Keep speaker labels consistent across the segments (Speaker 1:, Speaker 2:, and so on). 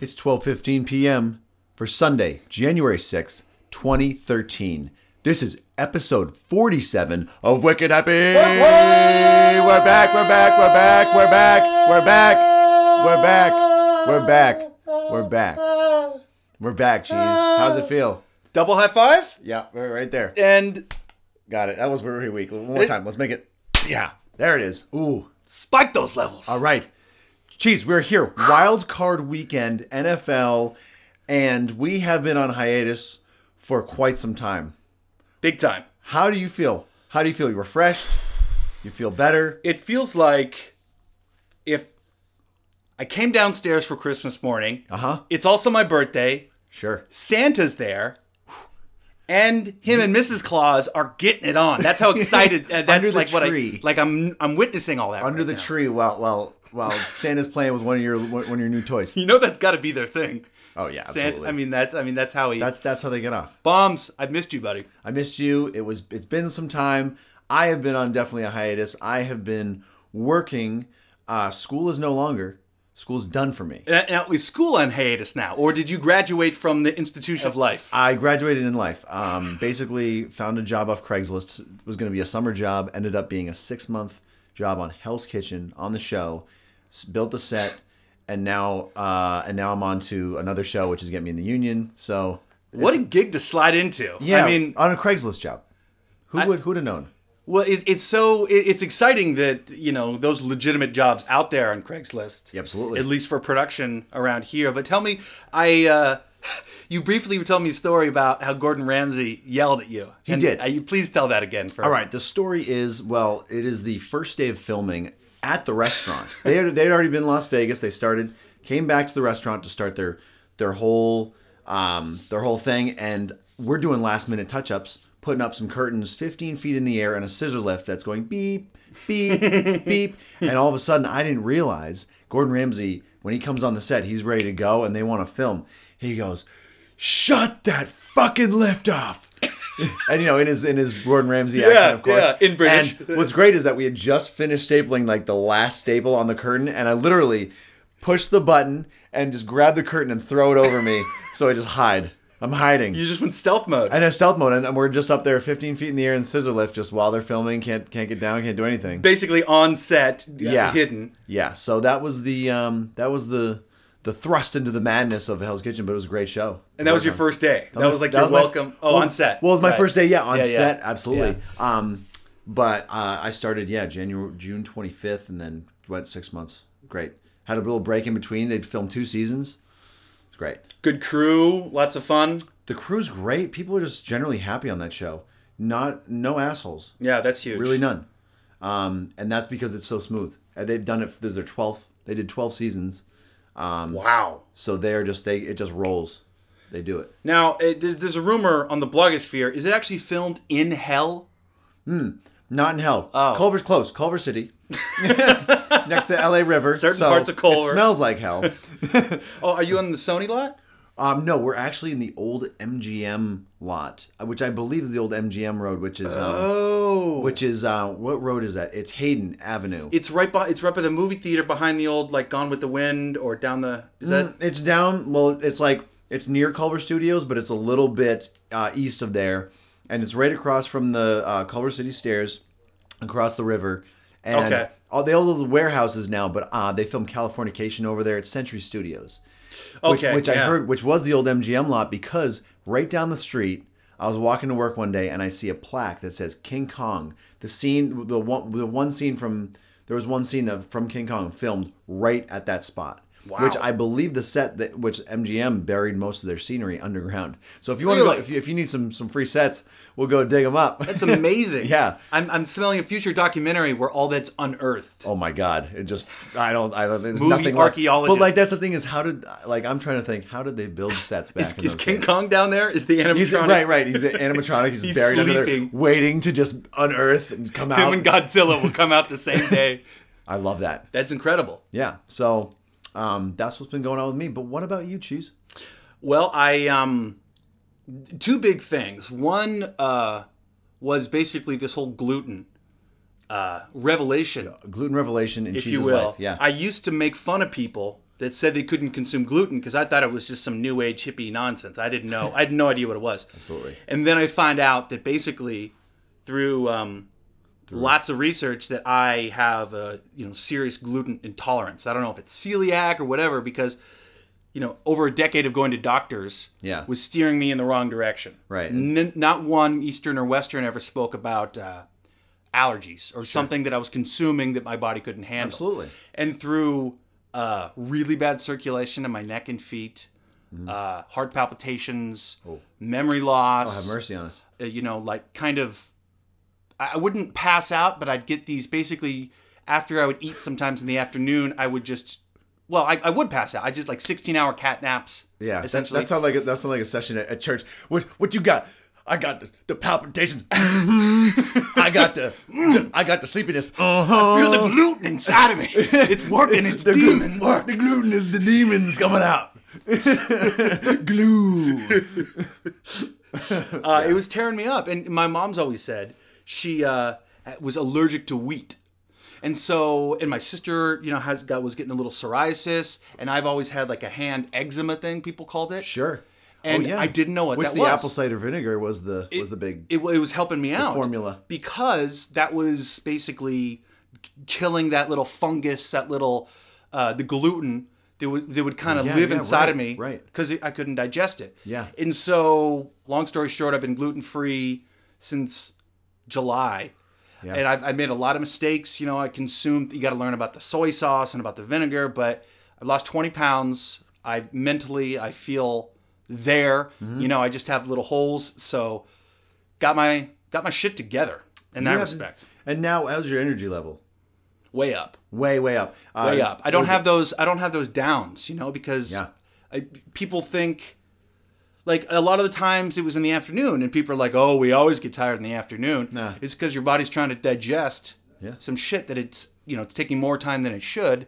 Speaker 1: It's 12:15 p.m. for Sunday, January 6th, 2013. This is episode 47 of Wicked Happy. We're back, we're back, we're back, we're back, we're back, we're back, we're back, we're back. We're back, geez. How's it feel?
Speaker 2: Double high five
Speaker 1: Yeah, we're right there.
Speaker 2: and
Speaker 1: Got it. That was very weak. One more time. Let's make it. Yeah, there it is. Ooh.
Speaker 2: spike those levels.
Speaker 1: All right. Geez, we're here. Wild card weekend, NFL, and we have been on hiatus for quite some time.
Speaker 2: Big time.
Speaker 1: How do you feel? How do you feel? You refreshed? You feel better?
Speaker 2: It feels like if I came downstairs for Christmas morning,
Speaker 1: Uh huh.
Speaker 2: it's also my birthday,
Speaker 1: Sure.
Speaker 2: Santa's there, and him and Mrs. Claus are getting it on. That's how excited. uh, that's
Speaker 1: Under the
Speaker 2: like what
Speaker 1: tree.
Speaker 2: I like. I'm I'm witnessing all that
Speaker 1: Under
Speaker 2: right
Speaker 1: the
Speaker 2: now.
Speaker 1: tree, while while while Santa's playing with one of your one of your new toys.
Speaker 2: You know that's got to be their thing.
Speaker 1: Oh yeah,
Speaker 2: Santa. I mean that's I mean that's how he
Speaker 1: that's that's how they get off.
Speaker 2: bombs. I've missed you, buddy.
Speaker 1: I missed you. It was it's been some time. I have been on definitely a hiatus. I have been working. Uh, school is no longer. School's done for me.
Speaker 2: Now now, is school on hiatus now, or did you graduate from the institution of life?
Speaker 1: I graduated in life. Um, basically, found a job off Craigslist. It was going to be a summer job. Ended up being a six month job on Hell's Kitchen on the show. S- built the set, and now uh, and now I'm on to another show, which is Get Me in the Union. So
Speaker 2: What a gig to slide into.
Speaker 1: yeah,
Speaker 2: I mean,
Speaker 1: on a Craigslist job. Who would who'd have known?
Speaker 2: well, it, it's so it, it's exciting that you know those legitimate jobs out there on Craigslist.
Speaker 1: Yeah, absolutely.
Speaker 2: At least for production around here. But tell me, I uh, you briefly were telling me a story about how Gordon Ramsay yelled at you. He
Speaker 1: did.
Speaker 2: please tell that again. For
Speaker 1: All right, the story is well, it is the first day of filming at the restaurant. they had, they'd already been in Las Vegas. They started, came back to the restaurant to start their their whole um, their whole thing, and we're doing last minute touch ups, putting up some curtains 15 feet in the air and a scissor lift that's going beep, beep, beep, and all of a sudden I didn't realize Gordon Ramsay when he comes on the set, he's ready to go, and they want to film. He goes, "Shut that fucking lift off." and you know, in his in his Gordon Ramsay accent, of course.
Speaker 2: yeah, in British.
Speaker 1: And what's great is that we had just finished stapling like the last staple on the curtain, and I literally pushed the button and just grabbed the curtain and throw it over me, so I just hide. I'm hiding.
Speaker 2: You just went stealth mode.
Speaker 1: and a stealth mode, and- and we're just up there, 15 feet in the air, in scissor lift, just while they're filming. Can't can't get down, can't do anything.
Speaker 2: Basically on set,
Speaker 1: Yeah.
Speaker 2: yeah. hidden.
Speaker 1: Yeah. So that was the um that was the the thrust into the madness of Hell's Kitchen, but it was a great show.
Speaker 2: And that was your first day. That, was like your
Speaker 1: my-
Speaker 2: welcome. oh,
Speaker 1: well,
Speaker 2: on set.
Speaker 1: Well, it was my
Speaker 2: Right.
Speaker 1: first day, yeah, on
Speaker 2: Yeah, yeah.
Speaker 1: set, absolutely. Um, but uh, I started, yeah, January, June 25th, and then went six months. Great. Had a little break in between. They filmed two seasons. It's great.
Speaker 2: Good crew, lots of fun.
Speaker 1: The crew's great. People are just generally happy on that show. Not no assholes,
Speaker 2: Yeah, that's huge.
Speaker 1: really none. Um, and that's because it's so smooth. And they've done it. This is their 12th. They did 12 seasons,
Speaker 2: Wow.
Speaker 1: so they're just they it just rolls. They do it.
Speaker 2: Now, it, there- there's a rumor on the blogosphere. Is it actually filmed in hell?
Speaker 1: Not in hell.
Speaker 2: Oh.
Speaker 1: Culver's close. Culver City. Next to LA River.
Speaker 2: Certain
Speaker 1: so
Speaker 2: parts of Culver.
Speaker 1: It smells like hell.
Speaker 2: Oh, are you on the Sony lot?
Speaker 1: Um, no, we're actually in the old MGM lot, uh, which I believe is the old MGM road, which is um,
Speaker 2: Oh,
Speaker 1: which is uh, what road is that? It's Hayden Avenue.
Speaker 2: it's right by it's right by the movie theater behind the old like Gone with the Wind or down the is that
Speaker 1: it's down. Well, it's like it's near Culver Studios, but it's a little bit uh, east of there, and it's right across from the uh, Culver City Stairs, across the river, and
Speaker 2: Okay.
Speaker 1: all they all those warehouses now. But uh, they film Californication over there at Century Studios, which,
Speaker 2: Okay,
Speaker 1: which I
Speaker 2: yeah.
Speaker 1: heard, which was the old MGM lot, because right down the street. I was walking to work one day and I see a plaque that says King Kong. The scene, the one, the one scene from there was one scene that from King Kong filmed right at that spot.
Speaker 2: Wow.
Speaker 1: Which I believe the set that which MGM buried most of their scenery underground. So if you want to,
Speaker 2: Really?
Speaker 1: go, if you, if you need some some free sets, we'll go dig them up.
Speaker 2: that's amazing.
Speaker 1: Yeah.
Speaker 2: I'm I'm smelling a future documentary where all that's unearthed.
Speaker 1: oh my god! It just I don't I don't there's
Speaker 2: Movie
Speaker 1: nothing left. But like
Speaker 2: archaeologists.
Speaker 1: that's the thing is how did like I'm trying to think how did they build sets back
Speaker 2: Is,
Speaker 1: in
Speaker 2: is
Speaker 1: those
Speaker 2: King
Speaker 1: days?
Speaker 2: Kong down there? Is the animatronic?
Speaker 1: He's, right, right. He's the animatronic. He's,
Speaker 2: He's
Speaker 1: buried under there,
Speaker 2: sleeping.
Speaker 1: waiting to just unearth and come
Speaker 2: Him
Speaker 1: out.
Speaker 2: and Godzilla will come out the same day.
Speaker 1: I love that.
Speaker 2: That's incredible.
Speaker 1: Yeah. So um, that's what's been going on with me. But what about you, Cheese?
Speaker 2: Well, I um two big things. One uh was basically this whole gluten uh revelation,
Speaker 1: Gluten revelation in
Speaker 2: if
Speaker 1: Cheese's
Speaker 2: you will.
Speaker 1: life. Yeah.
Speaker 2: I used to make fun of people that said they couldn't consume gluten because I thought it was just some new age hippie nonsense. I didn't know. I had no idea what it was.
Speaker 1: Absolutely.
Speaker 2: And then I find out that basically through um, lots of research that I have a you know serious gluten intolerance. I don't know if it's celiac or whatever because you know over a decade of going to doctors
Speaker 1: Yeah.
Speaker 2: was steering me in the wrong direction.
Speaker 1: Right.
Speaker 2: N- not one Eastern or Western ever spoke about uh, allergies or something that I was consuming that my body couldn't handle.
Speaker 1: Absolutely.
Speaker 2: And through uh, really bad circulation in my neck and feet,
Speaker 1: Mm-hmm.
Speaker 2: uh, heart palpitations, memory loss,
Speaker 1: Oh. Have mercy on us.
Speaker 2: uh, you know, like kind of, I I wouldn't pass out, but I'd get these basically after I would eat sometimes in the afternoon, I would just, well, I, I would pass out. I just like 16 hour cat naps.
Speaker 1: Yeah, that,
Speaker 2: Essentially.
Speaker 1: that sounds like a, that sounds like a session at, at church. What what you got? I got the, the palpitations. I got the, I got the sleepiness. Uh huh.
Speaker 2: Feel the gluten inside of me. It's working. It's demon work.
Speaker 1: The gluten is the demons coming out. Glue.
Speaker 2: Uh, It was tearing me up. And my mom's always said she uh, was allergic to wheat. And so, and my sister, you know, has got was getting a little psoriasis, and I've always had like a hand eczema thing. People called it.
Speaker 1: Sure. Oh,
Speaker 2: And I didn't know what
Speaker 1: Which
Speaker 2: that
Speaker 1: the
Speaker 2: was.
Speaker 1: apple cider vinegar was the was the big
Speaker 2: It, wa- it was helping me out.
Speaker 1: formula.
Speaker 2: because that was basically k- killing that little fungus, that little uh, the gluten that would that would kind of
Speaker 1: Yeah,
Speaker 2: live
Speaker 1: yeah,
Speaker 2: inside of
Speaker 1: right,
Speaker 2: me,
Speaker 1: right.
Speaker 2: Because I couldn't digest it.
Speaker 1: Yeah.
Speaker 2: And so, long story short, I've been gluten free since July.
Speaker 1: Yeah.
Speaker 2: And I've, i made a lot of mistakes. You know, I consumed, you got to learn about the soy sauce and about the vinegar, but I've lost 20 pounds. I mentally, I feel there. You know, I just have little holes. So got my, got my shit together in that
Speaker 1: Yeah.
Speaker 2: respect.
Speaker 1: And now, how's your energy level?
Speaker 2: Way up,
Speaker 1: Way, way up. Uh,
Speaker 2: way up. I don't have those, I don't have those downs, you know, because
Speaker 1: Yeah.
Speaker 2: I, people think, like a lot of the times it was in the afternoon and people are like oh we always get tired in the afternoon
Speaker 1: Nah.
Speaker 2: it's because your body's trying to digest
Speaker 1: Yeah.
Speaker 2: some shit that it's you know it's taking more time than it should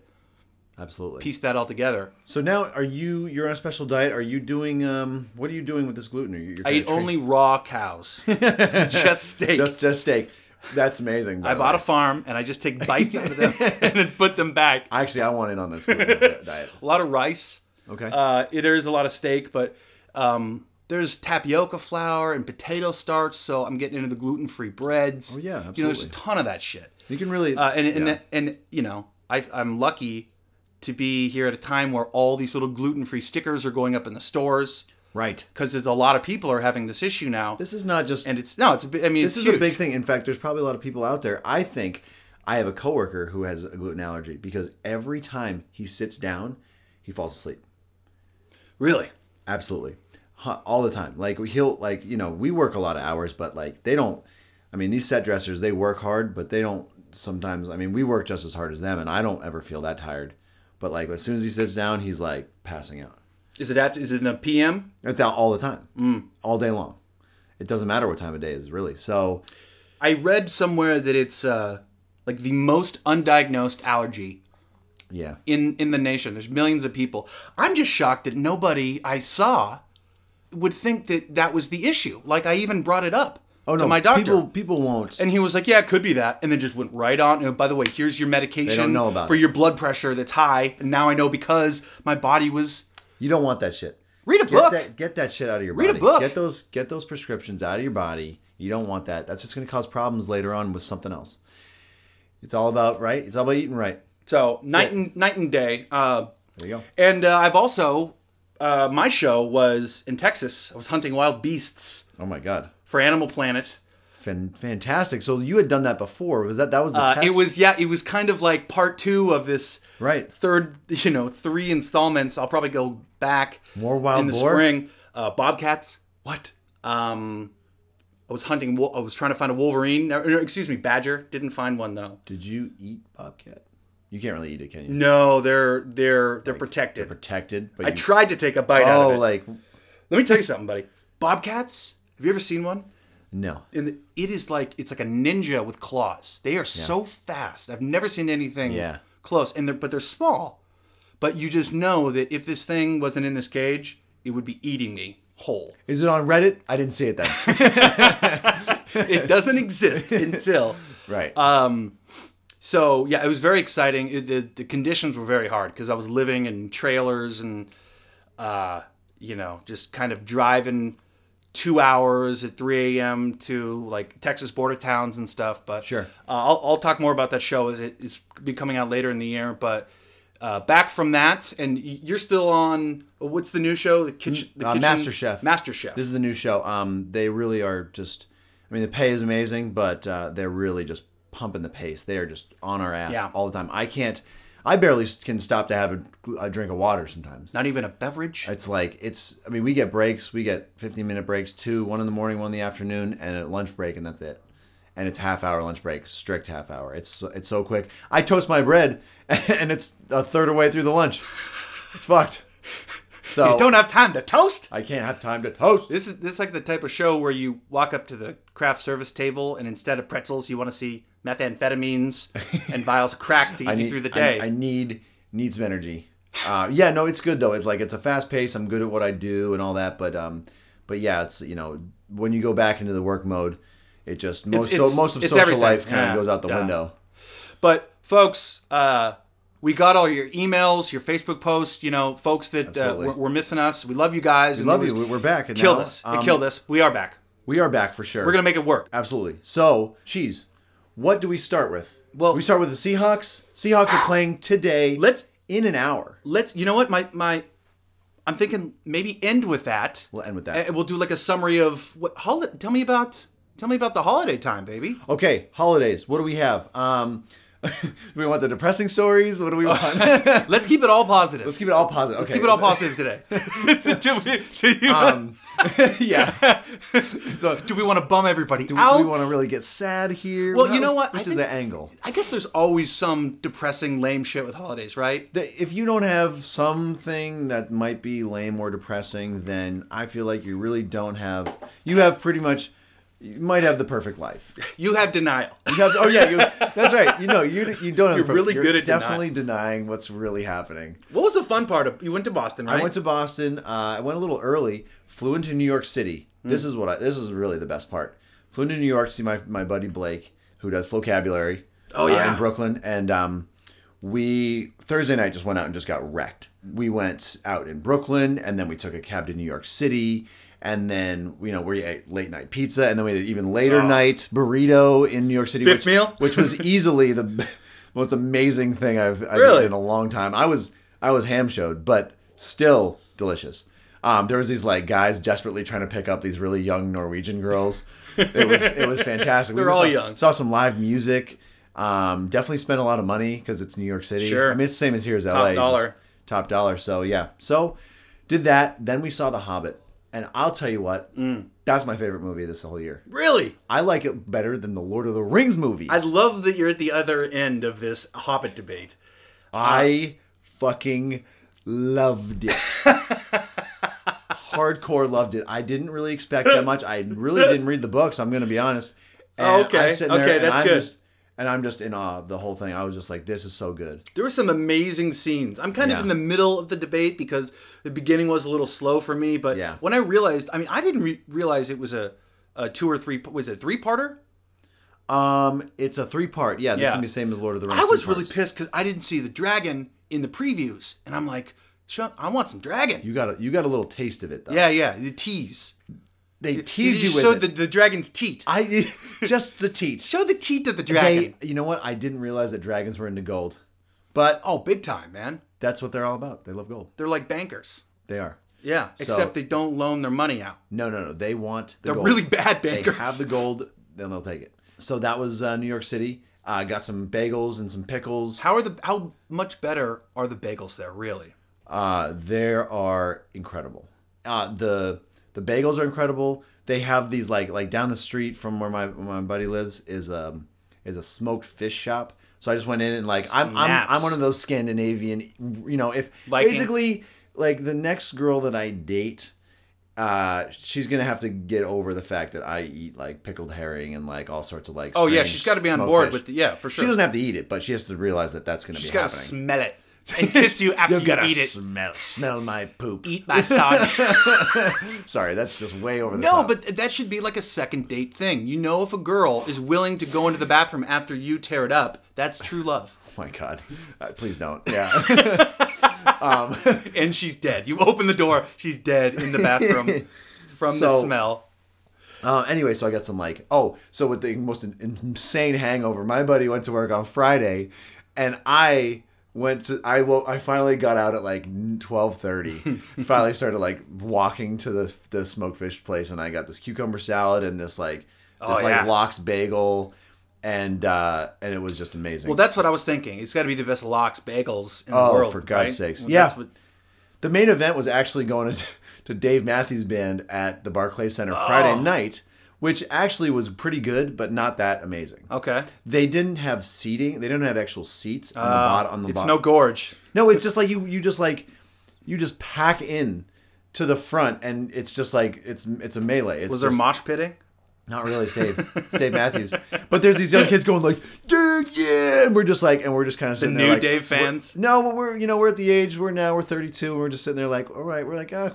Speaker 1: Absolutely.
Speaker 2: piece that all together
Speaker 1: So now, are you? You're on a special diet. Are you doing? Um, what are you doing with this gluten? Are you? You're
Speaker 2: i eat only raw cows just steak
Speaker 1: just just steak. That's amazing.
Speaker 2: i bought a farm and i just take bites out of them and then put them back
Speaker 1: a. Actually, I want in on this gluten diet.
Speaker 2: a lot of rice
Speaker 1: Okay.
Speaker 2: uh, it- there is a lot of steak but um, there's tapioca flour and potato starch so i'm getting into the gluten-free breads oh
Speaker 1: yeah,
Speaker 2: you know there's a
Speaker 1: absolutely.
Speaker 2: ton of that shit
Speaker 1: you can really.
Speaker 2: Uh, and, and,
Speaker 1: yeah.
Speaker 2: and you know, I, I'm lucky to be here at a time where all these little gluten-free stickers are going up in the stores
Speaker 1: right.
Speaker 2: because a lot of people are having this issue now.
Speaker 1: This is not just.
Speaker 2: and it's no, it's a big. I mean,
Speaker 1: this is a big thing. In fact, there's probably a lot of people out there. I think I have a coworker who has a gluten allergy because every time he sits down, he falls asleep.
Speaker 2: really.
Speaker 1: Absolutely. Huh, All the time. Like he'll like, you know, we work a lot of hours, but like they don't I mean, these set dressers, they work hard, but they don't sometimes I mean, we work just as hard as them and I don't ever feel that tired. But like as soon as he sits down, he's like passing out.
Speaker 2: Is it after? Is it in a PM?
Speaker 1: It's out all the time.
Speaker 2: Mm.
Speaker 1: All day long. It doesn't matter what time of day it is really. So
Speaker 2: I read somewhere that it's uh, like the most undiagnosed allergy
Speaker 1: yeah.
Speaker 2: in in the nation. There's millions of people. I'm just shocked that nobody I saw would think that that was the issue. Like I even brought it up
Speaker 1: Oh no,
Speaker 2: to my doctor.
Speaker 1: people people won't
Speaker 2: And he was like, "Yeah, it could be that," and then just went right on. And by the way, here's your medication
Speaker 1: know about
Speaker 2: for
Speaker 1: it.
Speaker 2: your blood pressure that's high. And now I know because my body was.
Speaker 1: you don't want that shit.
Speaker 2: Read a
Speaker 1: Get
Speaker 2: book.
Speaker 1: that get that shit out of your
Speaker 2: Read a
Speaker 1: body.
Speaker 2: book.
Speaker 1: Get those get those prescriptions out of your body. You don't want that. That's just going to cause problems later on with something else. It's all about right. It's all about eating right.
Speaker 2: So night and night and day. Uh,
Speaker 1: There you go.
Speaker 2: and uh, I've also uh, my show was in Texas. I was hunting wild beasts
Speaker 1: Oh my god.
Speaker 2: for Animal Planet.
Speaker 1: Fan- fantastic. So you had done that before. Was that that was the
Speaker 2: Uh,
Speaker 1: test?
Speaker 2: It was yeah, it was kind of like part two of this
Speaker 1: right.
Speaker 2: third, you know, three installments. I'll probably go back
Speaker 1: More wild
Speaker 2: in the
Speaker 1: boar?
Speaker 2: spring. Uh, bobcats.
Speaker 1: What?
Speaker 2: Um, I was hunting. wol- I was trying to find a wolverine. No, no, excuse me, badger. Didn't find one though.
Speaker 1: Did you eat bobcat? You can't really eat it, can you?
Speaker 2: No, they're they're they're protected.
Speaker 1: Protected, but
Speaker 2: I
Speaker 1: you,
Speaker 2: tried to take a bite out
Speaker 1: oh,
Speaker 2: of it.
Speaker 1: like
Speaker 2: Let me tell you something, buddy. Bobcats. Have you ever seen one?
Speaker 1: no.
Speaker 2: And the- it is like it's like a ninja with claws. They are so fast. I've never seen anything
Speaker 1: Yeah.
Speaker 2: close. And they're but they're small. But you just know that if this thing wasn't in this cage, it would be eating me whole.
Speaker 1: Is it on Reddit? I didn't see it then.
Speaker 2: It doesn't exist until
Speaker 1: right.
Speaker 2: Um, So yeah, it was very exciting. It, the, the conditions were very hard because I was living in trailers and, uh, you know, just kind of driving two hours at 3 a.m. to like Texas border towns and stuff. But
Speaker 1: Sure.
Speaker 2: uh, I'll, I'll talk more about that show as it, it's be coming out later in the year. But uh, back from that, and y- you're still on uh, what's the new show? The kitchen, the
Speaker 1: uh,
Speaker 2: kitchen
Speaker 1: MasterChef.
Speaker 2: MasterChef.
Speaker 1: This is the new show. Um, they really are just. I mean, the pay is amazing, but uh, they're really just pumping the pace. They are just on our ass
Speaker 2: Yeah.
Speaker 1: all the time. I can't. I barely can stop to have a, a drink of water sometimes.
Speaker 2: Not even a beverage.
Speaker 1: It's like it's. I mean, we get breaks. We get fifteen minute breaks. Two, one in the morning, one in the afternoon, and a lunch break, and that's it. And it's half hour lunch break, strict half hour. It's it's so quick. I toast my bread, and it's a third of the way through the lunch. It's fucked. So Oh.
Speaker 2: you don't have time to toast.
Speaker 1: I can't have time to toast.
Speaker 2: This is this is like the type of show where you walk up to the craft service table and instead of pretzels, you want to see methamphetamines and vials of crack to eat
Speaker 1: I
Speaker 2: you
Speaker 1: need-
Speaker 2: through the
Speaker 1: I-
Speaker 2: day.
Speaker 1: I, need need some energy. Uh, yeah, no, it's good though. It's like it's a fast pace. I'm good at what I do and all that. But um, but yeah, it's you know when you go back into the work mode, it just most
Speaker 2: it's-
Speaker 1: so most of
Speaker 2: it's
Speaker 1: social
Speaker 2: everything.
Speaker 1: life kind of
Speaker 2: Yeah,
Speaker 1: goes out the
Speaker 2: yeah.
Speaker 1: window.
Speaker 2: but folks, uh, we got all your emails, your Facebook posts. You know, folks that uh,
Speaker 1: Absolutely.
Speaker 2: were, were missing us. We love you guys. and
Speaker 1: Love
Speaker 2: it was-
Speaker 1: you. we- We're back. And
Speaker 2: Killed
Speaker 1: now,
Speaker 2: us.
Speaker 1: um,
Speaker 2: it killed us. We are back.
Speaker 1: We are back for sure.
Speaker 2: We're gonna make it work.
Speaker 1: absolutely. So cheese. What do we start with?
Speaker 2: Well-
Speaker 1: we start with the Seahawks. Seahawks are playing today.
Speaker 2: Let's
Speaker 1: in an hour.
Speaker 2: let's. You know what? My my. I'm thinking maybe end with that.
Speaker 1: We'll end with that.
Speaker 2: And we'll do like a summary of what holiday. Tell me about. Tell me about the holiday time, baby.
Speaker 1: Okay, holidays. What do we have? Um, do we want the depressing stories? What do we want?
Speaker 2: Let's keep it all positive.
Speaker 1: Let's keep it all positive. Okay.
Speaker 2: Keep it all positive today. do we, do you
Speaker 1: Um, yeah. so,
Speaker 2: do we want to bum everybody
Speaker 1: do we,
Speaker 2: out?
Speaker 1: want to really get sad here?
Speaker 2: Well, you know what? I
Speaker 1: Which is
Speaker 2: think-
Speaker 1: the angle.
Speaker 2: I guess there's always some depressing, lame shit with holidays, right?
Speaker 1: That If you don't have something that might be lame or depressing, then I feel like you really don't have. You have pretty much. You might have the perfect life.
Speaker 2: You have denial.
Speaker 1: You have, oh yeah, you, that's right. You know, you you don't. Have the perfect-
Speaker 2: really good at
Speaker 1: definitely denying what's really happening.
Speaker 2: What was the fun part of? You went to Boston, right?
Speaker 1: I went to Boston. Uh, I went a little early. Flew into New York City.
Speaker 2: Hmm.
Speaker 1: This is what I. This is really the best part. Flew into New York to see my my buddy Blake, who does vocabulary. uh,
Speaker 2: Oh, yeah.
Speaker 1: in Brooklyn, and um, we Thursday night just went out and just got wrecked. We went out in Brooklyn, and then we took a cab to New York City. And then you know we ate late night pizza, and then we had an even later night burrito in New York City.
Speaker 2: Oh. Fifth
Speaker 1: which,
Speaker 2: meal?
Speaker 1: which was easily the most amazing thing I've, I've
Speaker 2: Really?
Speaker 1: eaten in a long time. I was I was ham showed, but still delicious. Um, there was these like guys desperately trying to pick up these really young Norwegian girls. It was it was fantastic.
Speaker 2: They're
Speaker 1: we
Speaker 2: all
Speaker 1: saw,
Speaker 2: young.
Speaker 1: Saw some live music. Um, definitely spent a lot of money because it's New York City.
Speaker 2: Sure.
Speaker 1: I mean it's the same as here as LA. just
Speaker 2: dollar.
Speaker 1: Top dollar. So yeah. So did that. Then we saw The Hobbit, and I'll tell you what,
Speaker 2: Mm.
Speaker 1: that's my favorite movie this whole year.
Speaker 2: really?
Speaker 1: I like it better than the Lord of the Rings movies.
Speaker 2: I love that you're at the other end of this Hobbit debate.
Speaker 1: I fucking loved it. Hardcore loved it. I didn't really expect that much. I really didn't read the books. I'm gonna be honest. And
Speaker 2: Okay,
Speaker 1: I sit there
Speaker 2: okay,
Speaker 1: and
Speaker 2: that's
Speaker 1: I'm
Speaker 2: good.
Speaker 1: Just, and I'm just in awe of the whole thing. I was just like, this is so good.
Speaker 2: There were some amazing scenes. I'm kind of
Speaker 1: Yeah.
Speaker 2: in the middle of the debate because the beginning was a little slow for me. But
Speaker 1: Yeah.
Speaker 2: when I realized, I mean, I didn't re- realize it was a, a two or three. Was it a three parter?
Speaker 1: Um, it's a three part. Yeah, this
Speaker 2: Yeah.
Speaker 1: is gonna be the same as Lord of the Rings.
Speaker 2: I was
Speaker 1: three
Speaker 2: really
Speaker 1: parts.
Speaker 2: pissed because I didn't see the dragon in the previews, and I'm like, "Shut! I want some dragon."
Speaker 1: You got a you got a little taste of it though.
Speaker 2: yeah, yeah, the tease.
Speaker 1: They teased
Speaker 2: you
Speaker 1: you, with
Speaker 2: showed
Speaker 1: it.
Speaker 2: the, the dragon's teat.
Speaker 1: I just the teat.
Speaker 2: Show the teat of the dragon.
Speaker 1: They, you know what? I didn't realize that dragons were into gold, but
Speaker 2: oh, big time, man!
Speaker 1: that's what they're all about. They love gold.
Speaker 2: They're like bankers.
Speaker 1: They are.
Speaker 2: Yeah, except they don't loan their money out.
Speaker 1: No, no, no. They want the
Speaker 2: They're
Speaker 1: gold.
Speaker 2: really bad
Speaker 1: they
Speaker 2: bankers.
Speaker 1: have the gold, then they'll take it. So that was uh, New York City. Uh, got some bagels and some pickles.
Speaker 2: how are the how much better are the bagels there? Really?
Speaker 1: Uh, they are incredible. Uh, the the bagels are incredible. They have these like like down the street from where my where my buddy lives is um is a smoked fish shop. So I just went in and like I'm, I'm
Speaker 2: Snaps.
Speaker 1: I'm one of those Scandinavian, you know, if
Speaker 2: Viking.
Speaker 1: basically like the next girl that I date uh, she's gonna have to get over the fact that I eat like pickled herring and like all sorts of like.
Speaker 2: Oh yeah,
Speaker 1: strange
Speaker 2: she's got to be on
Speaker 1: smoked
Speaker 2: board
Speaker 1: fish.
Speaker 2: with the, yeah for sure.
Speaker 1: She doesn't have to eat it, but she has to realize that that's gonna
Speaker 2: she's
Speaker 1: be
Speaker 2: got to
Speaker 1: happening.
Speaker 2: smell it. and kiss you after
Speaker 1: You've
Speaker 2: you
Speaker 1: got to
Speaker 2: eat it.
Speaker 1: smell smell my poop.
Speaker 2: Eat my sod.
Speaker 1: Sorry, that's just way over the
Speaker 2: no,
Speaker 1: top.
Speaker 2: but that should be like a second date thing. You know, if a girl is willing to go into the bathroom after you tear it up, that's true love.
Speaker 1: oh my god, uh, please don't. Yeah,
Speaker 2: and she's dead. You open the door, she's dead in the bathroom from the
Speaker 1: So-
Speaker 2: smell.
Speaker 1: Uh, anyway, so I got some like, oh, so with the most in- insane hangover, my buddy went to work on Friday, and I went to I wo- I finally got out at like twelve thirty. finally started like walking to the the smokefish place, and I got this cucumber salad and this like this
Speaker 2: Oh, yeah.
Speaker 1: like lox bagel, and uh and it was just amazing.
Speaker 2: Well, that's what I was thinking. It's got to be the best lox bagels in the
Speaker 1: Oh,
Speaker 2: world.
Speaker 1: for God's
Speaker 2: right?
Speaker 1: sakes.
Speaker 2: Well,
Speaker 1: Yeah.
Speaker 2: that's what-
Speaker 1: the main event was actually going to, to Dave Matthews Band at the Barclay Center Friday
Speaker 2: Oh.
Speaker 1: night, which actually was pretty good, but not that amazing.
Speaker 2: okay.
Speaker 1: They didn't have seating. They didn't have actual seats on the bottom. On the
Speaker 2: Ah, it's
Speaker 1: bot-
Speaker 2: no gorge.
Speaker 1: no, it's just like you. You just like you just pack in to the front, and it's just like it's it's a melee. It's
Speaker 2: Was there
Speaker 1: just,
Speaker 2: mosh pitting?
Speaker 1: not really it's Dave. It's Dave Matthews. But there's these young kids going like, dude, yeah. And we're just like, and we're just kind of sitting there
Speaker 2: new
Speaker 1: like,
Speaker 2: Dave
Speaker 1: we're-
Speaker 2: fans?
Speaker 1: No, but we're you know we're at the age we're now we're 32, and we're just sitting there like, all right, we're like, oh,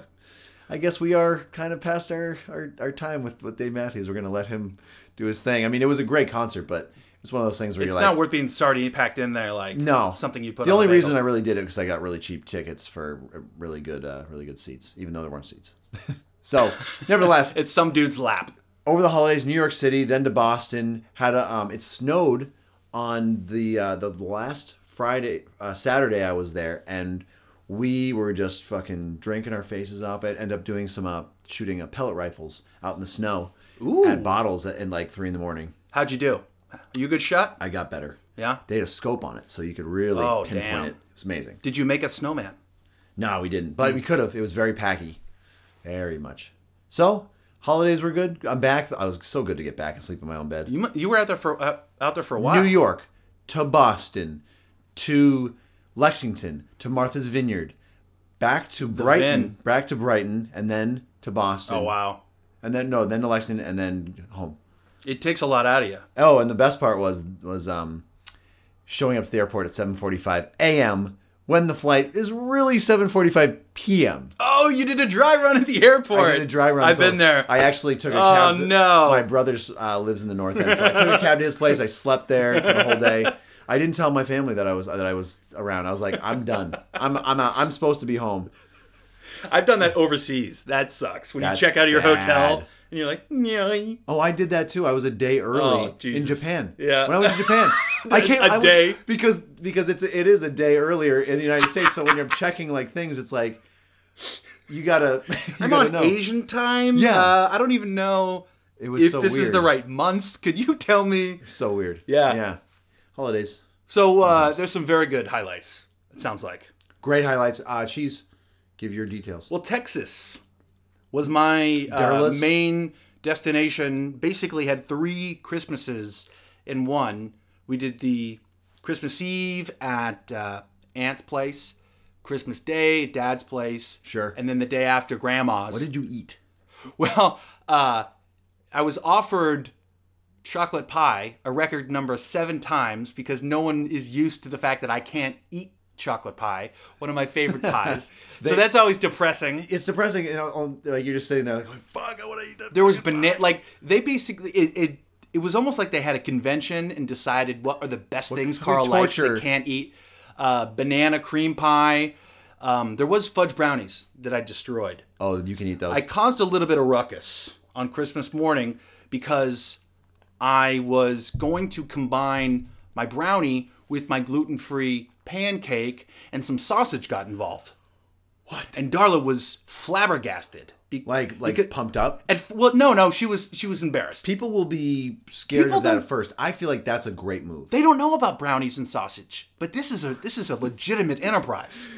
Speaker 1: I guess we are kind of past our our, our time with with Dave Matthews. We're gonna let him do his thing. I mean, it was a great concert, but it was one of those things where
Speaker 2: It's
Speaker 1: you're
Speaker 2: not
Speaker 1: like.
Speaker 2: worth being sardine packed in there like
Speaker 1: No,
Speaker 2: something you put.
Speaker 1: The
Speaker 2: on
Speaker 1: only
Speaker 2: a bagel.
Speaker 1: reason I really did it because I got really cheap tickets for really good, uh, really good seats, even though there weren't seats. so, nevertheless,
Speaker 2: it's some dude's lap.
Speaker 1: over the holidays, New York City, then to Boston. Had a um, it snowed on the uh, the last Friday, uh, Saturday I was there, and we were just fucking drinking our faces off. I ended up doing some uh, shooting uh, pellet rifles out in the snow at bottles at, in like three in the morning.
Speaker 2: How'd you do? You a good shot?
Speaker 1: I got better.
Speaker 2: Yeah.
Speaker 1: They had a scope on it, so you could really
Speaker 2: Oh,
Speaker 1: pinpoint
Speaker 2: damn.
Speaker 1: it. It was amazing.
Speaker 2: Did you make a snowman?
Speaker 1: No, we didn't, but we could have. It was very packy, very much. So holidays were good. I'm back. I was so good to get back and sleep in my own bed.
Speaker 2: You mu- you were out there for uh, out there for a while.
Speaker 1: New York to Boston to Lexington to Martha's Vineyard, back to Brighton,
Speaker 2: Vin.
Speaker 1: back to Brighton, and then to Boston.
Speaker 2: Oh wow.
Speaker 1: And then no, then to Lexington, and then home.
Speaker 2: It takes a lot out of you.
Speaker 1: Oh, and the best part was was um, showing up to the airport at 7:45 a.m. when the flight is really 7:45 p.m.
Speaker 2: Oh, you did a dry run at the airport.
Speaker 1: I did a dry run.
Speaker 2: I've
Speaker 1: so
Speaker 2: been there.
Speaker 1: I actually took a
Speaker 2: Oh,
Speaker 1: cab. to-
Speaker 2: no.
Speaker 1: My brother's uh, lives in the north end, so I took a cab to his place. I slept there for the whole day. I didn't tell my family that I was that I was around. I was like, I'm done. I'm I'm out. I'm supposed to be home.
Speaker 2: I've done that overseas. That sucks. When
Speaker 1: That's
Speaker 2: you check out of your hotel
Speaker 1: bad.
Speaker 2: and you're like, "Nyeh."
Speaker 1: Oh, I did that too. I was a day early
Speaker 2: Oh, Jesus.
Speaker 1: in Japan.
Speaker 2: Yeah.
Speaker 1: when I was in Japan, I came
Speaker 2: A
Speaker 1: I was-
Speaker 2: day?
Speaker 1: because because it's it is a day earlier in the United States. So when you're checking like things, it's like you gotta. You
Speaker 2: I'm
Speaker 1: gotta
Speaker 2: on
Speaker 1: know.
Speaker 2: Asian time.
Speaker 1: Yeah.
Speaker 2: Uh, I don't even know
Speaker 1: It was
Speaker 2: if
Speaker 1: so
Speaker 2: this is
Speaker 1: weird.
Speaker 2: the right month. Could you tell me?
Speaker 1: So weird.
Speaker 2: Yeah.
Speaker 1: yeah. Holidays.
Speaker 2: So uh, there's some very good highlights. It sounds like.
Speaker 1: Great highlights. Uh, cheese. Give your details.
Speaker 2: Well, Texas was my uh,
Speaker 1: Derelict?
Speaker 2: main destination. Basically, had three Christmases in one. We did the Christmas Eve at uh, Aunt's place, Christmas Day at Dad's place,
Speaker 1: Sure.
Speaker 2: and then the day after Grandma's.
Speaker 1: What did you eat?
Speaker 2: Well, uh, I was offered chocolate pie a record number of seven times because no one is used to the fact that I can't eat chocolate pie, one of my favorite pies. so that's always depressing.
Speaker 1: It's depressing. You know, like you're just sitting there, like, "Oh, fuck, I want to eat that.
Speaker 2: There was banana, like they basically it. it it was almost like they had a convention and decided what are the best things
Speaker 1: we
Speaker 2: Carl likes
Speaker 1: torture?
Speaker 2: that can't eat. Uh, banana cream pie. Um, there was fudge brownies that I destroyed.
Speaker 1: Oh, you can eat those.
Speaker 2: I caused a little bit of ruckus on Christmas morning because I was going to combine my brownie with my gluten free pancake, and some sausage got involved. What? And Darla was flabbergasted. Be-
Speaker 1: like, like
Speaker 2: because-
Speaker 1: pumped up.
Speaker 2: at, well, no, no, she was she was embarrassed.
Speaker 1: People will be scared
Speaker 2: People
Speaker 1: of that
Speaker 2: don't-
Speaker 1: at first. I feel like that's a great move.
Speaker 2: They don't know about brownies and sausage, but this is a this is a legitimate enterprise.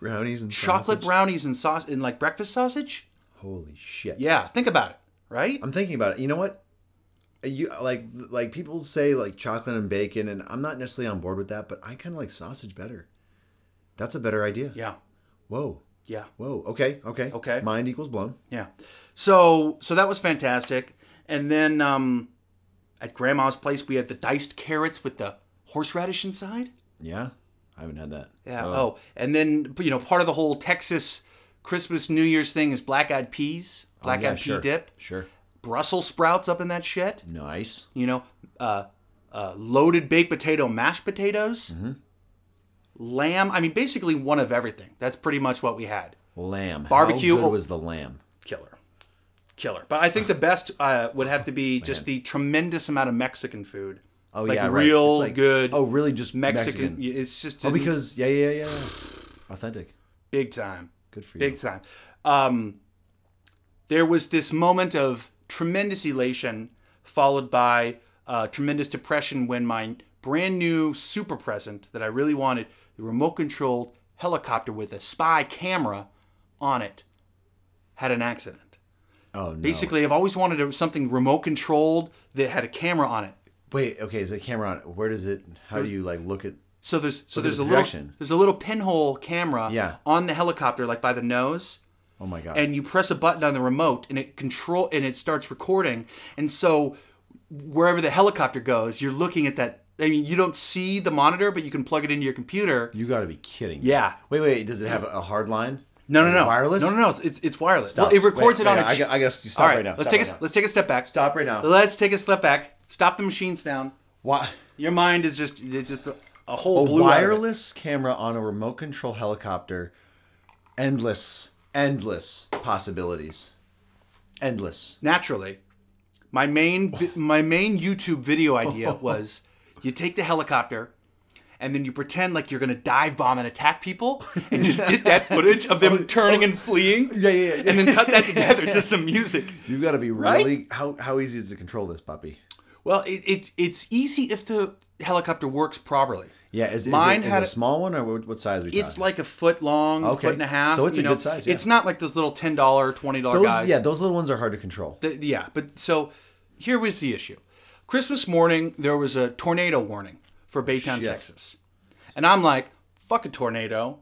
Speaker 1: Brownies and
Speaker 2: Chocolate
Speaker 1: sausage.
Speaker 2: brownies and sausage and like breakfast sausage.
Speaker 1: Holy shit.
Speaker 2: Yeah, think about it. Right?
Speaker 1: I'm thinking about it. You know what? You like like people say like chocolate and bacon, and I'm not necessarily on board with that, but I kind of like sausage better. That's a better idea.
Speaker 2: Yeah,
Speaker 1: Whoa.
Speaker 2: yeah.
Speaker 1: Whoa. Okay. Okay.
Speaker 2: Okay.
Speaker 1: Mind equals blown.
Speaker 2: Yeah. So so that was fantastic. And then um at grandma's place we had the diced carrots with the horseradish inside.
Speaker 1: Yeah. I haven't had that.
Speaker 2: Yeah. Oh. and then you know, part of the whole Texas Christmas New Year's thing is black eyed peas, black eyed
Speaker 1: Oh, yeah,
Speaker 2: pea
Speaker 1: sure.
Speaker 2: dip,
Speaker 1: Sure.
Speaker 2: Brussels sprouts up in that shit.
Speaker 1: Nice.
Speaker 2: You know, uh, uh, loaded baked potato, mashed potatoes,
Speaker 1: Mm-hmm.
Speaker 2: lamb. I mean, basically one of everything. That's pretty much what we had.
Speaker 1: Lamb.
Speaker 2: Barbecue
Speaker 1: How good
Speaker 2: or-
Speaker 1: was the lamb?
Speaker 2: Killer. Killer. But I think the best uh, would have to be just the tremendous amount of Mexican food.
Speaker 1: Oh
Speaker 2: like,
Speaker 1: yeah, right. It's
Speaker 2: real
Speaker 1: like-
Speaker 2: good
Speaker 1: Oh, really? Just
Speaker 2: Mexican,
Speaker 1: Mexican.
Speaker 2: It's just
Speaker 1: Oh, because yeah, yeah, yeah, yeah. Authentic.
Speaker 2: big time.
Speaker 1: Good for you.
Speaker 2: big time. Um, there was this moment of tremendous elation, followed by uh, tremendous depression when my brand new super present that I really wanted, the remote controlled helicopter with a spy camera on it, had an accident.
Speaker 1: Oh no.
Speaker 2: Basically, I've always wanted a- something remote controlled that had a camera on it.
Speaker 1: Wait. Okay. Is the camera on? it? Where does it? How do you like look at?
Speaker 2: So there's so
Speaker 1: there's
Speaker 2: there's a
Speaker 1: projection.
Speaker 2: little there's a little pinhole camera
Speaker 1: Yeah.
Speaker 2: on the helicopter, like by the nose.
Speaker 1: Oh my god.
Speaker 2: and you press a button on the remote and it control and it starts recording and so wherever the helicopter goes you're looking at that i mean you don't see the monitor but you can plug it into your computer
Speaker 1: you got to be kidding. me.
Speaker 2: Yeah.
Speaker 1: Wait, wait. Does it have a hard line?
Speaker 2: no no no
Speaker 1: Wireless.
Speaker 2: no no no it's, it's wireless
Speaker 1: Stop.
Speaker 2: well, it records
Speaker 1: Wait,
Speaker 2: it on
Speaker 1: wait,
Speaker 2: a
Speaker 1: I
Speaker 2: ch-
Speaker 1: gu- I guess you stop
Speaker 2: all right,
Speaker 1: right now.
Speaker 2: let's
Speaker 1: Stop
Speaker 2: take a
Speaker 1: right now.
Speaker 2: let's take a step back
Speaker 1: Stop right now.
Speaker 2: let's take a step back stop the machines down
Speaker 1: Why?
Speaker 2: your mind is just it's just a, a whole
Speaker 1: A
Speaker 2: blue
Speaker 1: wireless camera on a remote control helicopter. Endless, endless possibilities. Endless.
Speaker 2: naturally my main vi- my main youtube video idea was you take the helicopter and then you pretend like you're gonna dive bomb and attack people and just get that footage of them turning and fleeing
Speaker 1: Oh, Yeah, yeah, yeah.
Speaker 2: and then cut that together to some music
Speaker 1: You got to be
Speaker 2: Right?
Speaker 1: really. How how easy is it to control this puppy?
Speaker 2: well it, it it's easy if the helicopter works properly
Speaker 1: Yeah, is, is
Speaker 2: Mine
Speaker 1: it, is
Speaker 2: had
Speaker 1: it a
Speaker 2: a-
Speaker 1: small one or what, what size are we
Speaker 2: it's
Speaker 1: talking?
Speaker 2: like a foot long
Speaker 1: Okay.
Speaker 2: foot and a half
Speaker 1: So it's
Speaker 2: you
Speaker 1: a
Speaker 2: know.
Speaker 1: good size, yeah.
Speaker 2: it's not like those little $10 $20
Speaker 1: those,
Speaker 2: guys
Speaker 1: yeah, those little ones are hard to control.
Speaker 2: The, yeah, but so here was the issue. Christmas morning, there was a tornado warning for Baytown,
Speaker 1: Shit.
Speaker 2: Texas. And I'm like, fuck a tornado.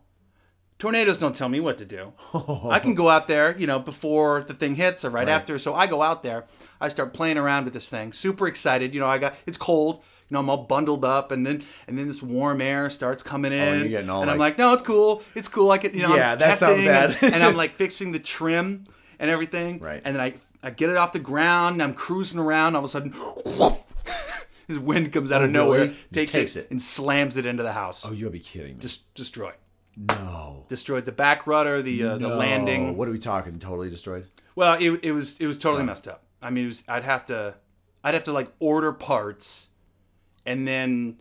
Speaker 2: Tornadoes don't tell me what to do. I can go out there, you know, before the thing hits or right, after. So I go out there. I start playing around with this thing. Super excited. You know, I got it's cold. You know, I'm all bundled up, and then and then this warm air starts coming in,
Speaker 1: Oh, you're getting all
Speaker 2: and I'm
Speaker 1: like-
Speaker 2: like, no, it's cool. It's cool. I can, you know,
Speaker 1: Yeah,
Speaker 2: I'm
Speaker 1: that sounds
Speaker 2: testing
Speaker 1: bad.
Speaker 2: and- and I'm like fixing the trim and everything.
Speaker 1: Right.
Speaker 2: And then I, I get it off the ground and I'm cruising around. All of a sudden, this wind comes out of nowhere,
Speaker 1: really? Just
Speaker 2: takes,
Speaker 1: takes
Speaker 2: it,
Speaker 1: it.
Speaker 2: and slams it into the house.
Speaker 1: Oh, you gotta be kidding me.
Speaker 2: Just destroy.
Speaker 1: no.
Speaker 2: Destroyed the back rudder, the uh, the
Speaker 1: No.
Speaker 2: landing.
Speaker 1: What are we talking? Totally destroyed?
Speaker 2: Well, it, it was it was totally messed up. I mean, it was, I'd have to I'd have to like order parts, and then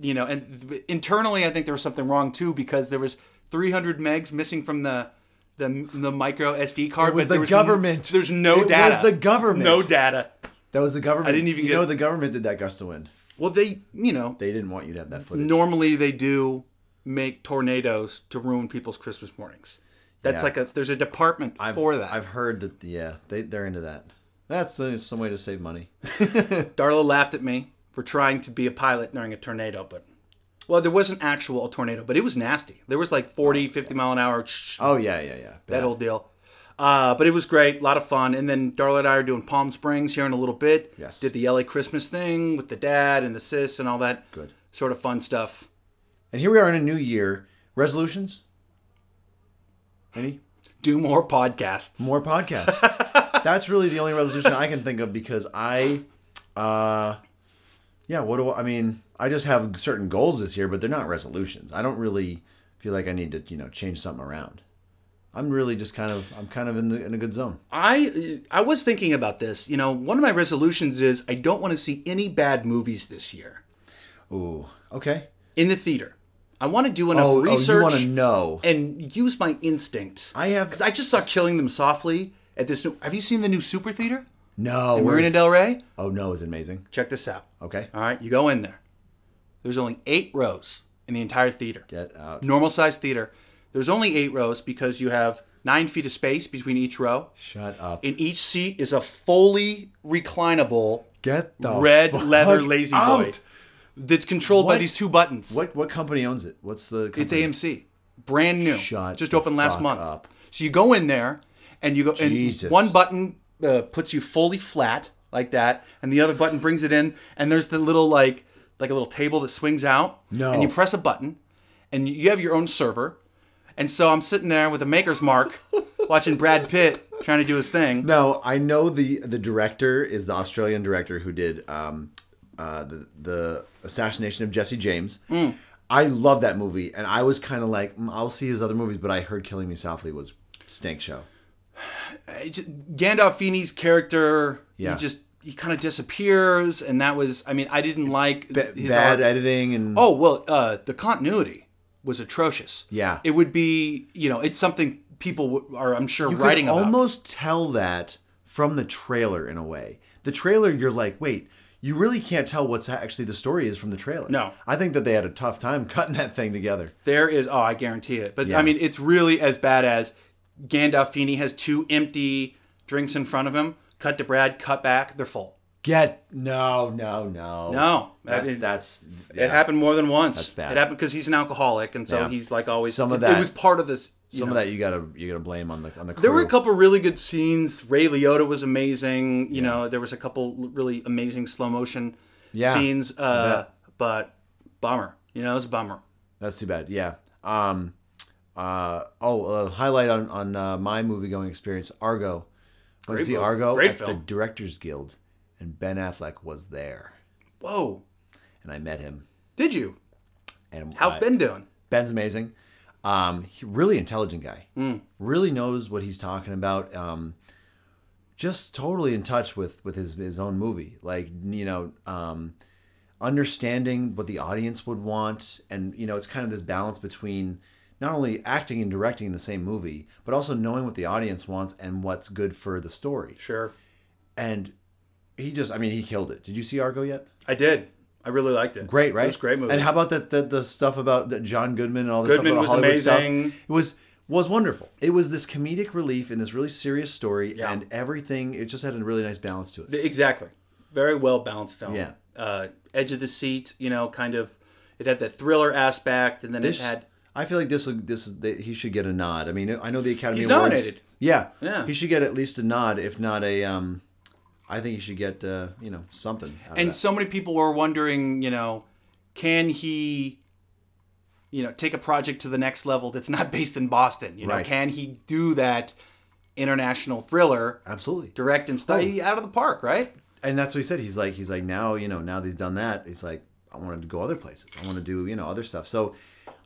Speaker 2: you know, and th- internally, I think there was something wrong too because there was 300 megs missing from the the, the micro SD card.
Speaker 1: was
Speaker 2: but
Speaker 1: the
Speaker 2: there was
Speaker 1: government.
Speaker 2: N- there's no
Speaker 1: It was
Speaker 2: data.
Speaker 1: the government.
Speaker 2: No data.
Speaker 1: That was the government. I
Speaker 2: didn't even
Speaker 1: You
Speaker 2: get-
Speaker 1: know, the government did that gust of wind.
Speaker 2: Well, they you know
Speaker 1: They didn't want you to have that footage.
Speaker 2: normally they do make tornadoes to ruin people's Christmas mornings. That's
Speaker 1: Yeah.
Speaker 2: like a there's a department
Speaker 1: I've,
Speaker 2: for that.
Speaker 1: I've heard that. Yeah, they they're into that. That's uh, some way to save money.
Speaker 2: Darla laughed at me for trying to be a pilot during a tornado, but well, there was an actual tornado, but it was nasty. There was like 40, 50 mile an hour,
Speaker 1: Oh yeah, yeah, yeah.
Speaker 2: that
Speaker 1: Bad.
Speaker 2: old deal. Uh, but it was great, a lot of fun. And then Darla and I are doing Palm Springs here in a little bit.
Speaker 1: Yes.
Speaker 2: Did the LA Christmas thing with the dad and the sis and all that.
Speaker 1: Good.
Speaker 2: Sort of fun stuff.
Speaker 1: And here we are in a new year. Resolutions? Any?
Speaker 2: Do more podcasts.
Speaker 1: More podcasts. That's really the only resolution I can think of because I, uh, yeah. What do I, I mean? I just have certain goals this year, but they're not resolutions. I don't really feel like I need to, you know, change something around. I'm really just kind of, I'm kind of in the in a good zone.
Speaker 2: I I was thinking about this. You know, one of my resolutions is I don't want to see any bad movies this year
Speaker 1: Ooh, okay.
Speaker 2: in the theater. I want to do enough
Speaker 1: Oh,
Speaker 2: research.
Speaker 1: oh you want to know?
Speaker 2: and use my instinct.
Speaker 1: I have
Speaker 2: Because I just saw Killing Them Softly at this new. Have you seen the new Super Theater?
Speaker 1: no.
Speaker 2: Marina
Speaker 1: where's-
Speaker 2: Del Rey?
Speaker 1: oh no, is it amazing?
Speaker 2: Check this out.
Speaker 1: Okay,
Speaker 2: All right, you go in there. There's only eight rows in the entire theater.
Speaker 1: get out.
Speaker 2: Normal sized theater. There's only eight rows because you have nine feet of space between each row.
Speaker 1: Shut up.
Speaker 2: In each seat is a fully reclinable
Speaker 1: Get the
Speaker 2: red
Speaker 1: fuck
Speaker 2: leather lazy boy
Speaker 1: out.
Speaker 2: that's controlled by
Speaker 1: What?
Speaker 2: these two buttons.
Speaker 1: What what company owns it? What's the company?
Speaker 2: It's AMC, brand new,
Speaker 1: Shut
Speaker 2: just
Speaker 1: the
Speaker 2: opened last
Speaker 1: fuck
Speaker 2: month.
Speaker 1: up.
Speaker 2: So you go in there, and you go,
Speaker 1: Jesus.
Speaker 2: and one button uh, puts you fully flat like that, and the other button brings it in, and there's the little like like a little table that swings out,
Speaker 1: No.
Speaker 2: and you press a button, and you have your own server. And so I'm sitting there with a maker's mark, watching Brad Pitt trying to do his thing.
Speaker 1: No, I know the the director is the Australian director who did um, uh, the the assassination of Jesse James.
Speaker 2: Mm.
Speaker 1: I love that movie, and I was kind of like, mm, I'll see his other movies, but I heard Killing Me Softly was Snake Show.
Speaker 2: It just, Gandolfini's character,
Speaker 1: Yeah.
Speaker 2: he just he kind of disappears, and that was I mean I didn't like
Speaker 1: Ba-
Speaker 2: his
Speaker 1: bad
Speaker 2: art-
Speaker 1: editing and
Speaker 2: Oh well, uh, the continuity was atrocious.
Speaker 1: Yeah.
Speaker 2: it would be you know it's something people w- are I'm sure
Speaker 1: you could
Speaker 2: writing about.
Speaker 1: almost tell that from the trailer in a way. The trailer, you're like, wait, you really can't tell what's actually the story is from the trailer.
Speaker 2: No.
Speaker 1: I think that they had a tough time cutting that thing together.
Speaker 2: There is oh I guarantee it, but
Speaker 1: Yeah.
Speaker 2: I mean it's really as bad as Gandolfini has two empty drinks in front of him. Cut to Brad, cut back, they're full.
Speaker 1: Get no, no, no,
Speaker 2: No,
Speaker 1: That's
Speaker 2: I mean,
Speaker 1: that's
Speaker 2: It happened more than once. That's
Speaker 1: bad.
Speaker 2: It happened because he's an alcoholic, and so
Speaker 1: Yeah.
Speaker 2: he's like always.
Speaker 1: Some of
Speaker 2: it-
Speaker 1: that-
Speaker 2: It was part of this. you
Speaker 1: Some
Speaker 2: know.
Speaker 1: of that you gotta you gotta blame on the on the crew.
Speaker 2: There were a couple really good scenes. Ray Liotta was amazing. You know, there was a couple really amazing slow motion
Speaker 1: Yeah,
Speaker 2: scenes. Uh, but bummer. You know, it was a bummer.
Speaker 1: That's too bad. Yeah. Um. Uh. Oh, uh, highlight on on uh, my movie going experience. Argo. Went to
Speaker 2: Great
Speaker 1: see
Speaker 2: movie.
Speaker 1: Argo
Speaker 2: Great
Speaker 1: at the
Speaker 2: film.
Speaker 1: Directors Guild, and Ben Affleck was there,
Speaker 2: Whoa,
Speaker 1: and I met him.
Speaker 2: did you?
Speaker 1: And
Speaker 2: How's
Speaker 1: I-
Speaker 2: Ben doing?
Speaker 1: Ben's amazing. Um, he, really intelligent guy. Really knows what he's talking about. Um, just totally in touch with with his his own movie. Like you know, um, understanding what the audience would want, and you know, it's kind of this balance between not only acting and directing the same movie, but also knowing what the audience wants and what's good for the story.
Speaker 2: Sure,
Speaker 1: And he just, I mean, he killed it. Did you see Argo yet?
Speaker 2: I did. I really liked it.
Speaker 1: Great, right?
Speaker 2: It was a great movie.
Speaker 1: And how about the, the, the stuff about the John Goodman and all this
Speaker 2: Goodman
Speaker 1: stuff
Speaker 2: was
Speaker 1: about Hollywood
Speaker 2: amazing.
Speaker 1: stuff? It was was wonderful. It was this comedic relief in this really serious story,
Speaker 2: Yeah.
Speaker 1: and everything. It just had a really nice balance to it.
Speaker 2: The- Exactly. Very well balanced film.
Speaker 1: Yeah.
Speaker 2: Uh, edge of the seat. You know, kind of. It had that thriller aspect, and then
Speaker 1: This-
Speaker 2: it had.
Speaker 1: I feel like this this that he should get a nod. I mean, I know the Academy
Speaker 2: He's
Speaker 1: Awards.
Speaker 2: nominated.
Speaker 1: Yeah,
Speaker 2: Yeah.
Speaker 1: He should get at least a nod, if not a. Um, I think he should get uh, you know something. Out
Speaker 2: and
Speaker 1: of that.
Speaker 2: so many people were wondering, you know, can he, you know, take a project to the next level that's not based in Boston? You know,
Speaker 1: Right.
Speaker 2: can he do that international thriller,
Speaker 1: absolutely.
Speaker 2: direct and stuff
Speaker 1: Oh.
Speaker 2: out of the park? Right?
Speaker 1: and that's what he said. He's like, he's like, now you know, now that he's done that, he's like, I wanted to go other places. I want to do you know other stuff. So,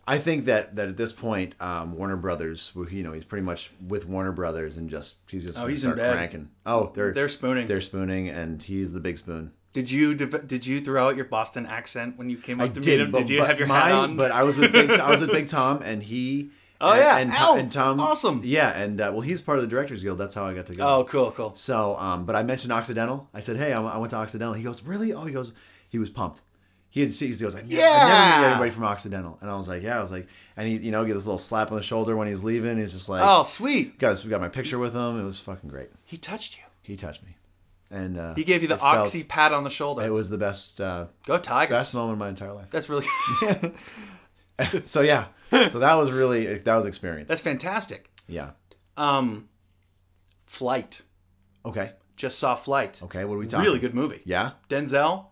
Speaker 1: I think that that at this point, um, Warner Brothers, who, you know, he's pretty much with Warner Brothers and just he's just oh,
Speaker 2: he's in bed.
Speaker 1: cranking. Oh, they're
Speaker 2: They're spooning.
Speaker 1: they're spooning, and he's the big spoon.
Speaker 2: did you deve- did you throw out your Boston accent when you came up to meet
Speaker 1: Did-
Speaker 2: him?
Speaker 1: but-
Speaker 2: did you
Speaker 1: but
Speaker 2: have your
Speaker 1: my-
Speaker 2: hat on?
Speaker 1: But I was with Big, I was with Big Tom, and he.
Speaker 2: Oh,
Speaker 1: and,
Speaker 2: yeah.
Speaker 1: and,
Speaker 2: Alf.
Speaker 1: and Tom,
Speaker 2: Awesome.
Speaker 1: Yeah, and uh, well, he's part of the Directors Guild. That's how I got to go.
Speaker 2: oh, cool, cool.
Speaker 1: So, um, but I mentioned Occidental. I said, "Hey, I, I went to Occidental." He goes, "Really?" Oh, he goes, he was pumped. He had he goes, I never, I never
Speaker 2: Yeah.
Speaker 1: knew anybody from Occidental, and I was like, "Yeah," I was like, and he, you know, get this little slap on the shoulder when he's leaving. He's just like,
Speaker 2: Oh, sweet.
Speaker 1: guys, we got my picture with him. It was fucking great.
Speaker 2: He touched you.
Speaker 1: He touched me, and uh,
Speaker 2: He gave you the
Speaker 1: I felt-
Speaker 2: oxy pat on the
Speaker 1: It
Speaker 2: shoulder.
Speaker 1: was the best, uh,
Speaker 2: Go Tigers.
Speaker 1: best moment of my entire life.
Speaker 2: That's really
Speaker 1: So yeah, so that was really that was experience.
Speaker 2: that's fantastic.
Speaker 1: Yeah.
Speaker 2: Um, Flight.
Speaker 1: Okay.
Speaker 2: Just saw Flight.
Speaker 1: Okay. What are we talking?
Speaker 2: Really good movie.
Speaker 1: Yeah.
Speaker 2: Denzel,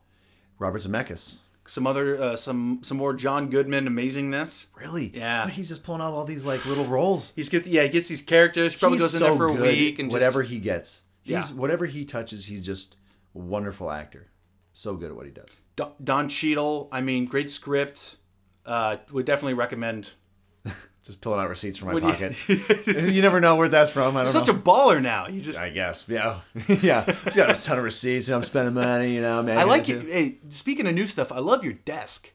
Speaker 1: Robert Zemeckis.
Speaker 2: some other, uh, some some more John Goodman amazingness.
Speaker 1: Really?
Speaker 2: Yeah.
Speaker 1: But he's just pulling out all these like little roles.
Speaker 2: He's get yeah, he gets these characters. Probably goes in there for a week and
Speaker 1: whatever he gets, he's
Speaker 2: Yeah.
Speaker 1: whatever he touches, he's just a wonderful actor. So good at what he does.
Speaker 2: Just, Don, Don Cheadle. I mean, great script. Uh, would definitely recommend.
Speaker 1: Just pulling out receipts from my
Speaker 2: Would you-
Speaker 1: pocket. you, never know where that's from. I don't
Speaker 2: Such
Speaker 1: know.
Speaker 2: a baller now. You just
Speaker 1: I guess. Yeah. yeah. He's got a ton of receipts. And I'm spending money. You know, man.
Speaker 2: I like it. Hey, speaking of new stuff, I love your desk.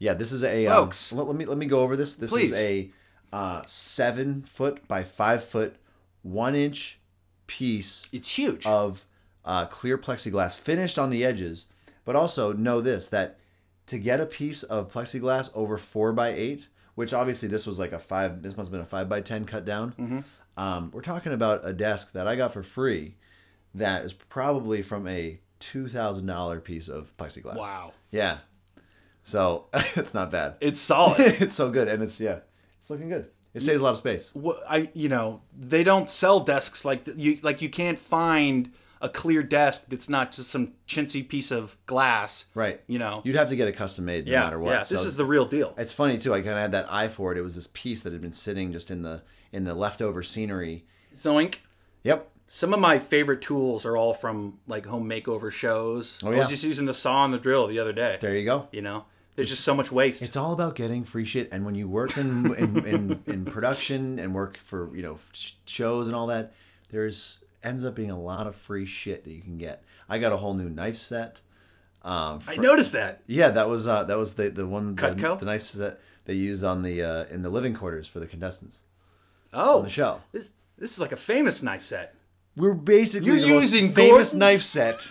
Speaker 1: Yeah. This is a.
Speaker 2: Folks.
Speaker 1: Um, let, let me let me go over this. This
Speaker 2: Please.
Speaker 1: is a uh, seven foot by five foot, one inch piece
Speaker 2: It's huge.
Speaker 1: of uh, clear plexiglass finished on the edges. But also know this that to get a piece of plexiglass over four by eight, which obviously this was like a five, this must have been a five by ten cut down.
Speaker 2: Mm-hmm.
Speaker 1: Um, we're talking about a desk that I got for free, that is probably from a two thousand dollar piece of plexiglass.
Speaker 2: wow,
Speaker 1: Yeah. So it's not bad.
Speaker 2: it's solid.
Speaker 1: it's so good, and it's yeah, it's looking good. It saves a lot of space.
Speaker 2: Wha- I you know they don't sell desks like th- you like you can't find a clear desk that's not just some chintzy piece of glass.
Speaker 1: Right.
Speaker 2: You know.
Speaker 1: You'd have to get it custom made no
Speaker 2: yeah.
Speaker 1: matter what.
Speaker 2: Yeah.
Speaker 1: So
Speaker 2: This is the real deal.
Speaker 1: it's funny too. I kind of had that eye for it. It was this piece that had been sitting just in the in the leftover scenery.
Speaker 2: Zoink.
Speaker 1: Yep.
Speaker 2: Some of my favorite tools are all from like home makeover shows. I
Speaker 1: Oh, yeah.
Speaker 2: was just using the saw and the drill the other day.
Speaker 1: There you go.
Speaker 2: You know, there's just so much waste.
Speaker 1: It's all about getting free shit. And when you work in in, in, in production and work for you know sh- shows and all that, there's ends up being a lot of free shit that you can get. I got a whole new knife set. Um,
Speaker 2: I noticed that.
Speaker 1: Yeah, that was uh, that was the the one the,
Speaker 2: Cutco?
Speaker 1: the knife set they use on the uh, in the living quarters for the contestants
Speaker 2: Oh,
Speaker 1: on the show.
Speaker 2: This this is like a famous knife set.
Speaker 1: We're basically
Speaker 2: You're
Speaker 1: the most
Speaker 2: using
Speaker 1: famous
Speaker 2: Gordon's-
Speaker 1: knife set,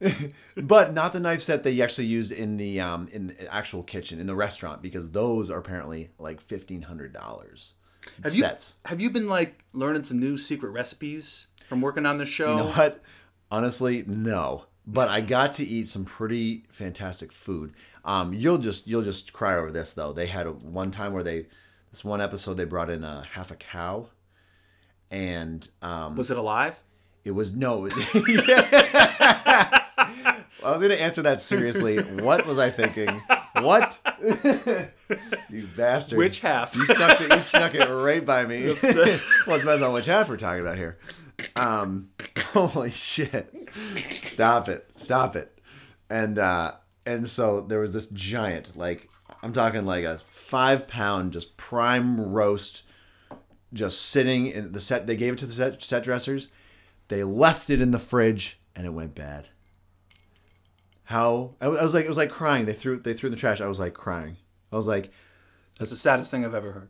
Speaker 1: but not the knife set they actually used in the um, in the actual kitchen in the restaurant because those are apparently like fifteen hundred dollars
Speaker 2: Have
Speaker 1: sets.
Speaker 2: you have you been like learning some new secret recipes from working on this show?
Speaker 1: You know what? Honestly, no. But I got to eat some pretty fantastic food. Um, you'll just you'll just cry over this though. They had a, one time where they this one episode they brought in a half a cow, and um,
Speaker 2: Was it alive?
Speaker 1: it was no. it- I was gonna answer that seriously. What was I thinking? What? you bastard!
Speaker 2: Which half?
Speaker 1: You snuck it. You snuck it right by me. well, it depends on which half we're talking about here. Um, holy shit! Stop it! Stop it! And uh, and so there was this giant, like I'm talking like a five pound, just prime roast, just sitting in the set. They gave it to the set, set dressers. They left it in the fridge, and it went bad. How I was I was like, it was like crying. They threw they threw it in the trash. I was like crying. I was like,
Speaker 2: That's the saddest thing I've ever heard.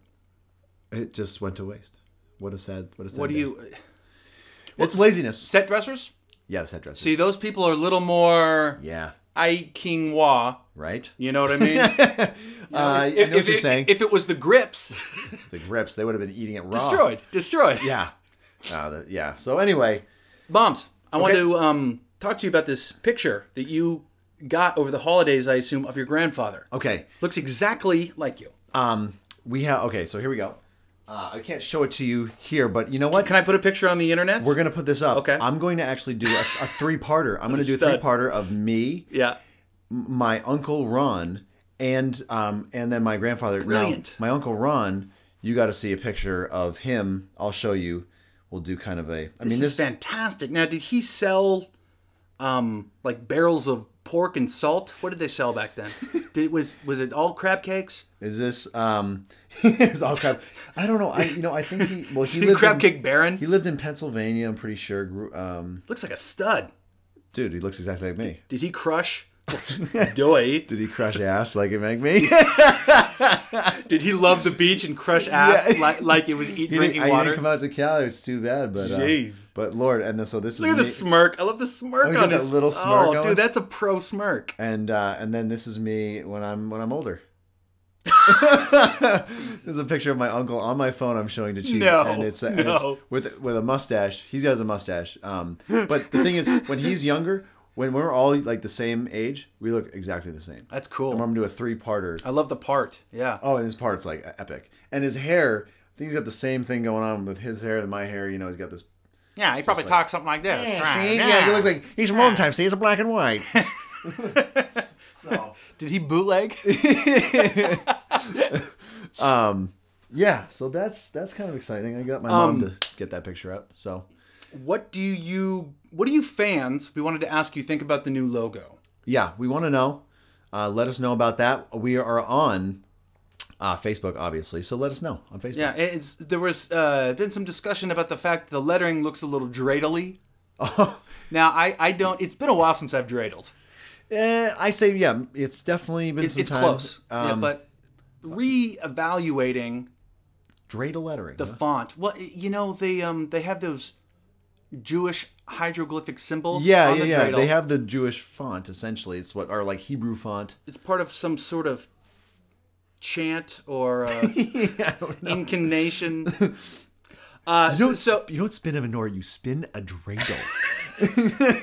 Speaker 1: it just went to waste. What a sad. What a sad.
Speaker 2: What do
Speaker 1: day.
Speaker 2: you
Speaker 1: It's laziness.
Speaker 2: set dressers?
Speaker 1: Yeah, set dressers.
Speaker 2: See, those people are a little more
Speaker 1: yeah.
Speaker 2: I King Wah.
Speaker 1: Right.
Speaker 2: You know what I mean? You know,
Speaker 1: Uh, I know what you're
Speaker 2: it,
Speaker 1: saying.
Speaker 2: if it was the grips,
Speaker 1: The grips. They would have been eating it raw.
Speaker 2: destroyed, Oh. destroyed.
Speaker 1: Yeah. Uh, the- yeah. So anyway,
Speaker 2: Bombs. I want
Speaker 1: Okay.
Speaker 2: to um, talk to you about this picture that you got over the holidays, I assume, of your grandfather.
Speaker 1: okay.
Speaker 2: Looks exactly like you.
Speaker 1: Um, we have. Okay, so here we go. Uh, I can't show it to you here, but you know what?
Speaker 2: Can I put a picture on the internet?
Speaker 1: We're gonna put this up.
Speaker 2: Okay.
Speaker 1: I'm going to actually do a, a three-parter. I'm gonna do a
Speaker 2: stud.
Speaker 1: three-parter of me,
Speaker 2: Yeah.
Speaker 1: my uncle Ron, and um, and then my grandfather. Now,
Speaker 2: Brilliant.
Speaker 1: my uncle Ron, you got to see a picture of him. I'll show you. We'll do kind of a. I mean,
Speaker 2: This,
Speaker 1: this
Speaker 2: is fantastic. Now, did he sell um like barrels of pork and salt? What did they sell back then? did was was it all crab cakes?
Speaker 1: Is this um is all crab? I don't know. I you know I think he well he lived
Speaker 2: crab
Speaker 1: in,
Speaker 2: cake baron?
Speaker 1: He lived in Pennsylvania. I'm pretty sure. Grew- Um,
Speaker 2: Looks like a stud.
Speaker 1: dude, he looks exactly like me.
Speaker 2: Did he crush doy?
Speaker 1: Did he crush ass like it like me?
Speaker 2: Did he love the beach and crush ass
Speaker 1: Yeah.
Speaker 2: like, like it was eat
Speaker 1: He didn't-
Speaker 2: drinking
Speaker 1: I
Speaker 2: water?
Speaker 1: didn't come out to Cali. It's too bad, but uh,
Speaker 2: Jeez.
Speaker 1: but Lord, and then, so this
Speaker 2: Look
Speaker 1: is
Speaker 2: at the
Speaker 1: me,
Speaker 2: smirk. I love the smirk
Speaker 1: Oh, he's
Speaker 2: on
Speaker 1: got
Speaker 2: his
Speaker 1: that little smirk
Speaker 2: Oh,
Speaker 1: going.
Speaker 2: dude, that's a pro smirk.
Speaker 1: and uh, and then this is me when I'm when I'm older. this is a picture of my uncle on my phone. I'm showing to Chief,
Speaker 2: No,
Speaker 1: and it's, uh, and
Speaker 2: no.
Speaker 1: it's with with a mustache. He has a mustache. Um, but the thing is, when he's younger, when we're all like the same age, we look exactly the same.
Speaker 2: That's
Speaker 1: I'm
Speaker 2: cool.
Speaker 1: gonna do a three parter.
Speaker 2: I love the part. Yeah.
Speaker 1: Oh, and his part's like epic, and his hair. I think he's got the same thing going on with his hair and my hair. You know, he's got this
Speaker 3: Yeah, he probably talks something like this. right,
Speaker 1: Yeah, he looks like he's from old time. See, he's a black and white. so,
Speaker 2: Did he bootleg?
Speaker 1: um, yeah. So that's that's kind of exciting. I got my
Speaker 2: Um,
Speaker 1: mom to get that picture up. So
Speaker 2: what do you what do you fans we wanted to ask you think about the new logo?
Speaker 1: yeah, we want to know. Uh, let us know about that. We are on uh, Facebook, obviously. So let us know on Facebook.
Speaker 2: Yeah, it's there was uh, been some discussion about the fact the lettering looks a little dreidely. Now I I don't. It's been a while since I've dreidled.
Speaker 1: Eh, I say yeah. It's definitely been
Speaker 2: It's,
Speaker 1: some
Speaker 2: it's
Speaker 1: time.
Speaker 2: close. yeah,
Speaker 1: Um,
Speaker 2: but reevaluating
Speaker 1: dreidel lettering.
Speaker 2: the
Speaker 1: huh?
Speaker 2: font. Well, you know they um they have those Jewish hieroglyphic symbols.
Speaker 1: yeah,
Speaker 2: on
Speaker 1: yeah,
Speaker 2: the
Speaker 1: yeah.
Speaker 2: dreidel.
Speaker 1: They have the Jewish font essentially. It's what or like Hebrew font.
Speaker 2: It's part of some sort of chant or uh, incantation. Uh,
Speaker 1: You
Speaker 2: so,
Speaker 1: don't,
Speaker 2: so
Speaker 1: sp- you don't spin a menorah. You spin a dreidel.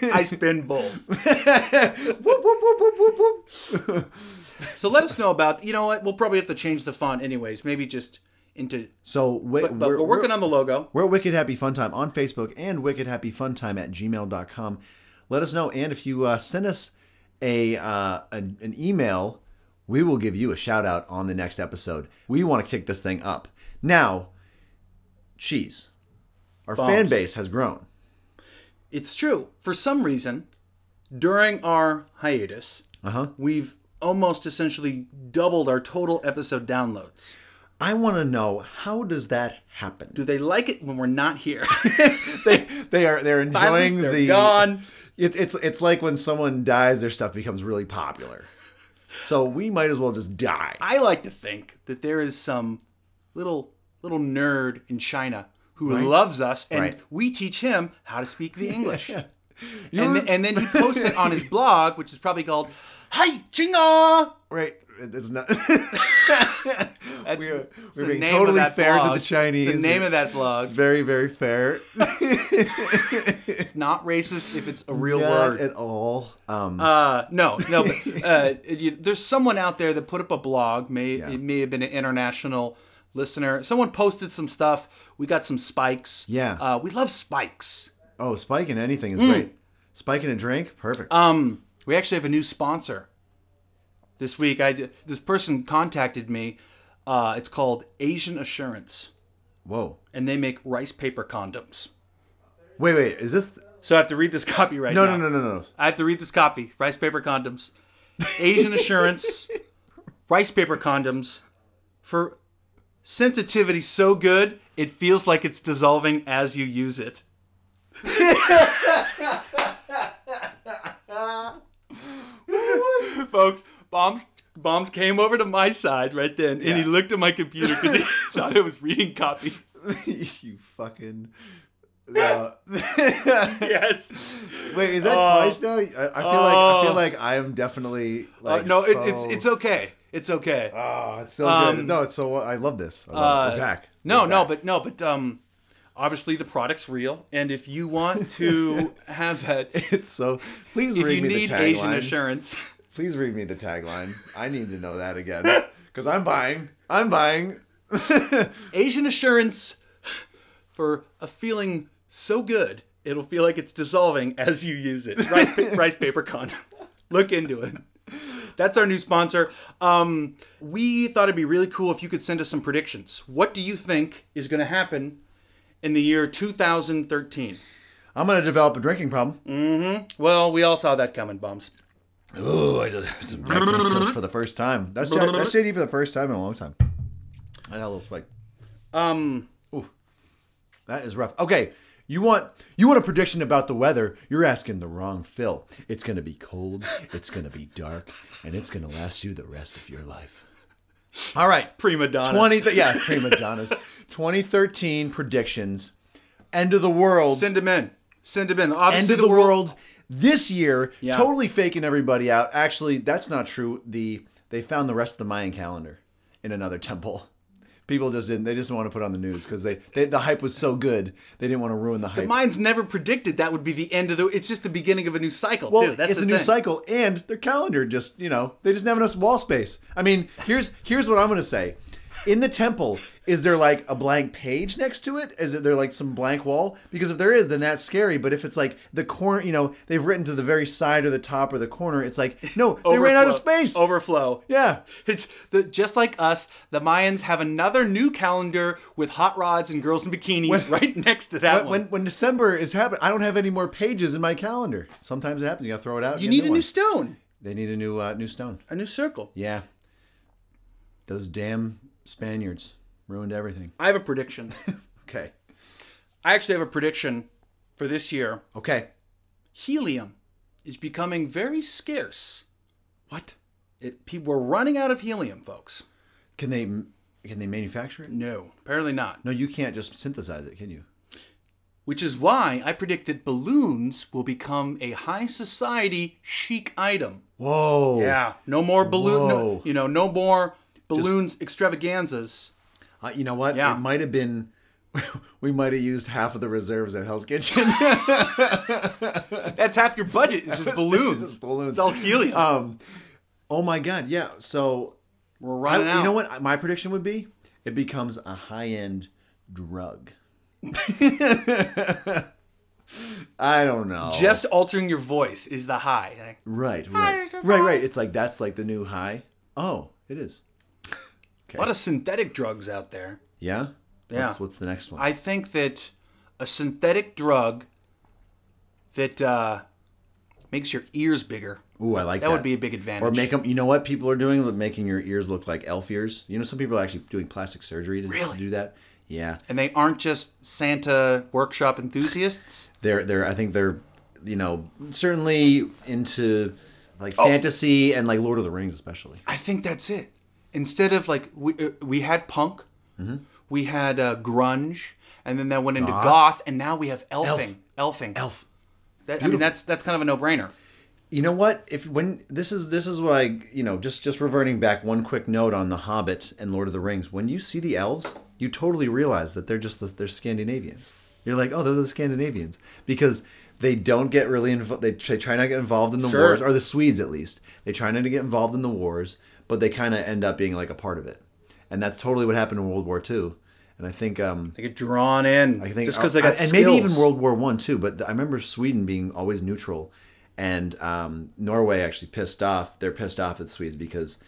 Speaker 2: I spin both.
Speaker 1: Whoop, whoop, whoop, whoop, whoop, whoop.
Speaker 2: So let us know about. You know what? We'll probably have to change the font anyways. Maybe just into.
Speaker 1: So wi-
Speaker 2: But, but
Speaker 1: we're,
Speaker 2: we're, working on the logo.
Speaker 1: We're at Wicked Happy Fun Time on Facebook and Wicked Happy Fun Time at gmail.com. Let us know. And if you uh, send us a uh, an, an email, we will give you a shout out on the next episode. We want to kick this thing up. Now, cheese. Our
Speaker 2: Bombs.
Speaker 1: fan base has grown.
Speaker 2: It's true. For some reason, during our hiatus,
Speaker 1: Uh huh.
Speaker 2: we've almost essentially doubled our total episode downloads.
Speaker 1: I want to know how does that happen?
Speaker 2: Do they like it when we're not here?
Speaker 1: they they are they're enjoying
Speaker 2: they're
Speaker 1: the
Speaker 2: gone.
Speaker 1: It's it's it's like when someone dies, their stuff becomes really popular. So we might as well just die.
Speaker 2: I like to think that there is some little little nerd in China who loves us, and
Speaker 1: Right.
Speaker 2: we teach him how to speak the English.
Speaker 1: You're-
Speaker 2: and, th- and then he posts it on his blog, which is probably called "Hi Chinga."
Speaker 1: right? It's not.
Speaker 2: That's,
Speaker 1: we are
Speaker 2: that's
Speaker 1: we're
Speaker 2: the
Speaker 1: being
Speaker 2: name of
Speaker 1: totally
Speaker 2: that
Speaker 1: fair
Speaker 2: blog.
Speaker 1: to the Chinese.
Speaker 2: The name of that blog.
Speaker 1: It's very very fair.
Speaker 2: It's not racist if it's a real
Speaker 1: Not
Speaker 2: word.
Speaker 1: at all. Um,
Speaker 2: Uh, no, no. But, uh, you, there's someone out there that put up a blog. May it may have been an international listener. Someone posted some stuff. We got some spikes.
Speaker 1: Yeah.
Speaker 2: Uh, we love spikes.
Speaker 1: oh, spiking anything
Speaker 2: mm.
Speaker 1: is great. Spiking a drink, perfect.
Speaker 2: Um, we actually have a new sponsor. This week, I did- this person contacted me. Uh, it's called Asian Assurance,
Speaker 1: Whoa.
Speaker 2: and they make rice paper condoms.
Speaker 1: Wait wait, is this?
Speaker 2: So I have to read this copy right
Speaker 1: No
Speaker 2: now.
Speaker 1: no no no no.
Speaker 2: I have to read this copy. Rice paper condoms. Asian Assurance. Rice paper condoms for sensitivity so good it feels like it's dissolving as you use it. Folks, bombs bombs came over to my side right then and he looked at my computer because he thought I was reading copy.
Speaker 1: you fucking. Uh,
Speaker 2: Yes.
Speaker 1: Wait, is that
Speaker 2: Oh.
Speaker 1: twice now? I, I feel like I feel
Speaker 2: Oh.
Speaker 1: like I am definitely
Speaker 2: Uh,
Speaker 1: like
Speaker 2: no, it,
Speaker 1: so-
Speaker 2: it's it's okay. It's okay.
Speaker 1: oh, it's so good.
Speaker 2: um,
Speaker 1: No, it's so I love this. I love it. We're
Speaker 2: Uh,
Speaker 1: back.
Speaker 2: No,
Speaker 1: We're
Speaker 2: no,
Speaker 1: back.
Speaker 2: but no, but um, obviously the product's real, and if you want to have that, if
Speaker 1: it's so. Please read
Speaker 2: you
Speaker 1: me
Speaker 2: need
Speaker 1: the
Speaker 2: Asian
Speaker 1: tagline.
Speaker 2: assurance,
Speaker 1: Please read me the tagline. I need to know that again because I'm buying. I'm buying.
Speaker 2: Asian assurance for a feeling so good it'll feel like it's dissolving as you use it. Rice, pa- rice paper condoms. Look into it. That's our new sponsor. Um, we thought it'd be really cool if you could send us some predictions. What do you think is going to happen in the year 2013?
Speaker 1: I'm gonna develop a drinking problem.
Speaker 2: Well, we all saw that coming, bums.
Speaker 1: Oh, I just some drinking for the first time. That's J- that's JD for the first time in a long time. I got a little spike.
Speaker 2: Um,
Speaker 1: That is rough. Okay, you want you want a prediction about the weather? You're asking the wrong Phil. It's gonna be cold. It's gonna be dark, and it's gonna last you the rest of your life. All right,
Speaker 2: prima donna.
Speaker 1: twenty. Th- yeah, prima donnas. 2013 predictions. End of the world.
Speaker 2: Send them in. Send them in. Obviously,
Speaker 1: end of the, world. this year.
Speaker 2: Yeah.
Speaker 1: Totally faking everybody out. Actually, that's not true. The they found the rest of the Mayan calendar in another temple. People just didn't. They just didn't want to put on the news because they, they the hype was so good. They didn't want to ruin the hype.
Speaker 2: Mine's never predicted that would be the end of the. It's just the beginning of a new cycle.
Speaker 1: Well,
Speaker 2: too. That's
Speaker 1: it's
Speaker 2: the
Speaker 1: a new
Speaker 2: thing.
Speaker 1: cycle, and their calendar just you know they just didn't have enough wall space. I mean, here's here's what I'm gonna say. In the temple, is there like a blank page next to it? Is there like some blank wall? Because if there is, then that's scary. But if it's like the corner, you know, they've written to the very side or the top or the corner, it's like no, they ran out of
Speaker 2: Overflow.
Speaker 1: space.
Speaker 2: Overflow.
Speaker 1: yeah,
Speaker 2: It's the, just like us. The Mayans have another new calendar with hot rods and girls in bikinis right next to that
Speaker 1: but
Speaker 2: one.
Speaker 1: when when December is happening, I don't have any more pages in my calendar. Sometimes it happens. You gotta throw it out. and
Speaker 2: you
Speaker 1: get
Speaker 2: need a
Speaker 1: one.
Speaker 2: new stone,
Speaker 1: they need a new uh, new stone.
Speaker 2: a new circle.
Speaker 1: Yeah, those damn Spaniards ruined everything.
Speaker 2: I have a prediction.
Speaker 1: Okay.
Speaker 2: I actually have a prediction for this year.
Speaker 1: Okay.
Speaker 2: Helium is becoming very scarce.
Speaker 1: What?
Speaker 2: It, people are running out of helium, folks.
Speaker 1: Can they can they manufacture it?
Speaker 2: No, apparently not.
Speaker 1: No, you can't just synthesize it, can you?
Speaker 2: Which is why I predict that balloons will become a high society chic item.
Speaker 1: Whoa.
Speaker 2: No more balloon,
Speaker 1: Whoa.
Speaker 2: no, you know, no more balloons extravaganzas.
Speaker 1: Uh, you know what?
Speaker 2: Yeah.
Speaker 1: It might have been we might have used half of the reserves at Hell's Kitchen.
Speaker 2: That's half your budget. It's just balloons. Uh,
Speaker 1: It's just balloons.
Speaker 2: It's all helium.
Speaker 1: um oh my god, yeah. So
Speaker 2: We're
Speaker 1: I,
Speaker 2: running out.
Speaker 1: you know what my prediction would be it becomes a high end drug. I don't know.
Speaker 2: Just altering your voice is the high. Like,
Speaker 1: right, right, right, right. It's like that's like the new high. Oh, it is.
Speaker 2: A lot of synthetic drugs out there.
Speaker 1: Yeah.
Speaker 2: Yeah.
Speaker 1: What's, what's the next one?
Speaker 2: I think that a synthetic drug that uh, makes your ears bigger
Speaker 1: Ooh, I like that.
Speaker 2: that would be a big advantage.
Speaker 1: Or make them. You know what people are doing? With Making your ears look like elf ears. You know, some people are actually doing plastic surgery to, to
Speaker 2: Really?
Speaker 1: do that. Yeah,
Speaker 2: and they aren't just Santa workshop enthusiasts.
Speaker 1: they're they're. I think they're, you know, certainly into like
Speaker 2: Oh.
Speaker 1: fantasy and like Lord of the Rings, especially.
Speaker 2: I think that's it. Instead of like we uh, we had punk,
Speaker 1: Mm-hmm.
Speaker 2: we had uh, grunge, and then that went into goth, and now we have elfing, elfing,
Speaker 1: Elf.
Speaker 2: That, I mean, that's that's kind of a no brainer.
Speaker 1: You know what? If when this is this is what I you know just just reverting back one quick note on The Hobbit and Lord of the Rings. When you see the elves, you totally realize that they're just the, they're Scandinavians. You're like, oh, they're the Scandinavians because they don't get really involved. They, they try not to get involved in the
Speaker 2: Sure.
Speaker 1: wars, or the Swedes at least. They try not to get involved in the wars, but they kind of end up being like a part of it, and that's totally what happened in World War II. And I think um,
Speaker 2: They get drawn in.
Speaker 1: I think
Speaker 2: just because they got
Speaker 1: and maybe even
Speaker 2: skills.
Speaker 1: World War One too. But I remember Sweden being always neutral, and um, Norway actually pissed off. They're pissed off at the Swedes because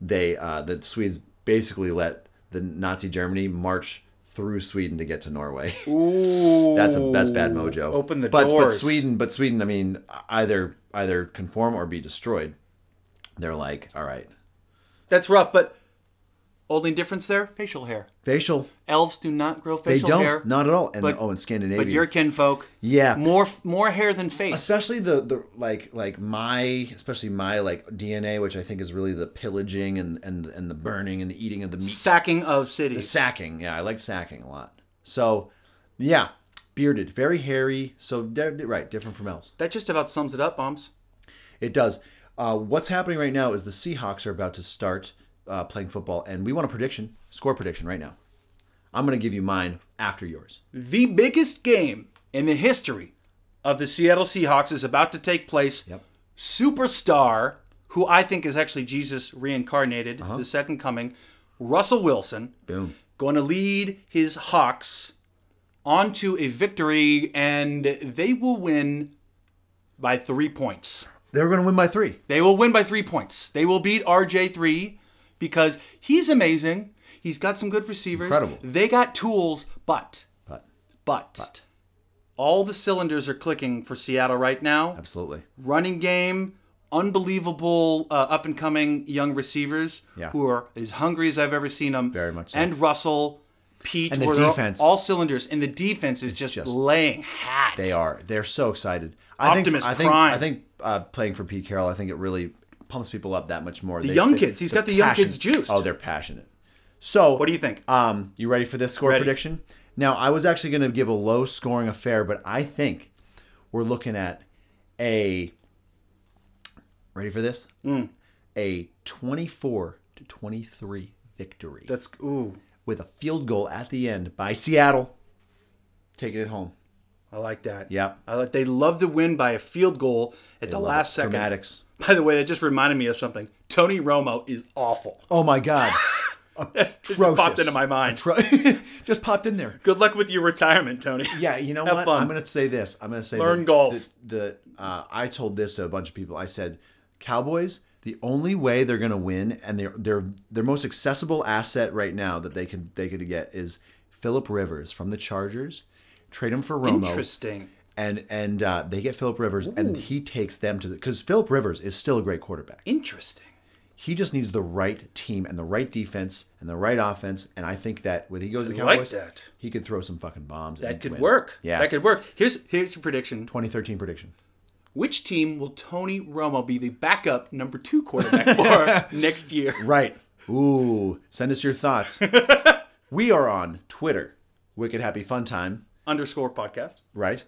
Speaker 1: they uh, the Swedes basically let the Nazi Germany march through Sweden to get to Norway.
Speaker 2: Ooh,
Speaker 1: that's a, that's bad mojo.
Speaker 2: Open the
Speaker 1: but, But
Speaker 2: doors.
Speaker 1: Sweden, but Sweden, I mean, either either conform or be destroyed. They're like, all right,
Speaker 2: That's rough, but only difference there: facial hair.
Speaker 1: facial.
Speaker 2: Elves do not grow
Speaker 1: They
Speaker 2: facial
Speaker 1: don't,
Speaker 2: hair.
Speaker 1: not at all. And
Speaker 2: But-
Speaker 1: oh, in Scandinavia,
Speaker 2: but your kinfolk,
Speaker 1: yeah,
Speaker 2: more f- more hair than face.
Speaker 1: especially the the like like my especially my like DNA, which I think is really the pillaging and and and the burning and the eating of the meat,
Speaker 2: Sacking of cities.
Speaker 1: sacking. Yeah, I like sacking a lot. So, yeah, bearded, very hairy. So di- di- right, different from elves.
Speaker 2: that just about sums it up, bombs.
Speaker 1: It does. Uh, what's happening right now is the Seahawks are about to start uh, playing football, and we want a prediction, score prediction right now. I'm gonna give you mine after yours.
Speaker 2: The biggest game in the history of the Seattle Seahawks is about to take place.
Speaker 1: Yep.
Speaker 2: Superstar, who I think is actually Jesus reincarnated,
Speaker 1: Uh-huh.
Speaker 2: the second coming, Russell Wilson,
Speaker 1: Boom.
Speaker 2: going to lead his Hawks onto a victory, and they will win by three points.
Speaker 1: They're gonna win by three.
Speaker 2: They will win by three points. They will beat RJ3 because he's amazing. He's got some good receivers.
Speaker 1: Incredible.
Speaker 2: They got tools, but,
Speaker 1: But
Speaker 2: but, all the cylinders are clicking for Seattle right now.
Speaker 1: absolutely.
Speaker 2: Running game, unbelievable uh, up and coming young receivers
Speaker 1: Yeah.
Speaker 2: who are as hungry as I've ever seen them.
Speaker 1: Very much so.
Speaker 2: And Russell, Pete,
Speaker 1: And the
Speaker 2: where they're all-
Speaker 1: defense.
Speaker 2: All cylinders. And the defense is just,
Speaker 1: just-
Speaker 2: laying hat.
Speaker 1: They are. They're so excited. I
Speaker 2: Optimus
Speaker 1: think, I think,
Speaker 2: Prime.
Speaker 1: I think uh, playing for Pete Carroll, I think it really pumps people up that much more. The
Speaker 2: young kids. He's got the young kids juiced.
Speaker 1: Oh, they're passionate. So,
Speaker 2: What do you think?
Speaker 1: Um, you ready for this score
Speaker 2: Ready.
Speaker 1: prediction? Now, I was actually going to give a low scoring affair, but I think we're looking at a. Ready for this?
Speaker 2: Mm.
Speaker 1: A 24 to 23 victory
Speaker 2: That's, ooh,
Speaker 1: with a field goal at the end by Seattle. Taking it home.
Speaker 2: I like that.
Speaker 1: Yep.
Speaker 2: I like, they love to win by a field goal at the
Speaker 1: Love
Speaker 2: last
Speaker 1: it.
Speaker 2: second.
Speaker 1: Dramatics.
Speaker 2: By the way, that just reminded me of something. Tony Romo is awful.
Speaker 1: Oh my god.
Speaker 2: It just
Speaker 1: Atrocious.
Speaker 2: popped into my mind.
Speaker 1: Atro- just popped in there.
Speaker 2: Good luck with your retirement, Tony.
Speaker 1: Yeah, you know
Speaker 2: Have
Speaker 1: what?
Speaker 2: fun.
Speaker 1: I'm going to say this. I'm going to say
Speaker 2: Learn
Speaker 1: that-
Speaker 2: golf.
Speaker 1: that- that, uh, I told this to a bunch of people. I said, Cowboys. The only way they're going to win, and their their their most accessible asset right now that they could they could get is Philip Rivers from the Chargers. Trade him for Romo,
Speaker 2: Interesting.
Speaker 1: and and uh, they get Philip Rivers, and he takes them to the because Philip Rivers is still a great quarterback.
Speaker 2: Interesting.
Speaker 1: He just needs the right team and the right defense and the right offense. And I think that when he goes to the
Speaker 2: like
Speaker 1: Cowboys,
Speaker 2: that.
Speaker 1: he could throw some fucking bombs.
Speaker 2: That could work.
Speaker 1: Yeah.
Speaker 2: That could work. Here's here's your prediction.
Speaker 1: 2013 prediction.
Speaker 2: Which team will Tony Romo be the backup number two quarterback for next year?
Speaker 1: Right. Ooh. Send us your thoughts. we are on Twitter, Wicked Happy Fun Time.
Speaker 2: Underscore podcast.
Speaker 1: Right.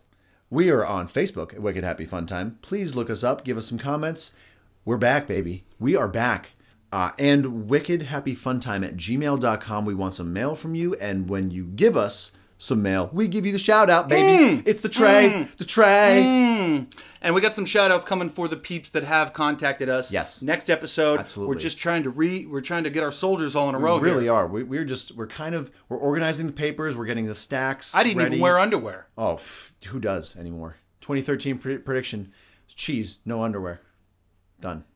Speaker 1: We are on Facebook, Wicked Happy Fun Time. Please look us up. Give us some comments. We're back, baby. We are back. Uh, and Wicked Happy Fun Time at gmail.com. We want some mail from you. And when you give us some mail. We give you the shout out,
Speaker 2: Mm.
Speaker 1: baby. It's the tray, the tray.
Speaker 2: And we got some shout outs coming for the peeps that have contacted us.
Speaker 1: Yes.
Speaker 2: Next episode,
Speaker 1: Absolutely.
Speaker 2: we're just trying to re we're trying to get our soldiers all in a row.
Speaker 1: We really
Speaker 2: here.
Speaker 1: are. We, we're just we're kind of we're organizing the papers. We're getting the stacks.
Speaker 2: I didn't even
Speaker 1: ready.
Speaker 2: wear underwear.
Speaker 1: Oh, pff, who does anymore? 2013 pre- prediction: cheese, no underwear. Done.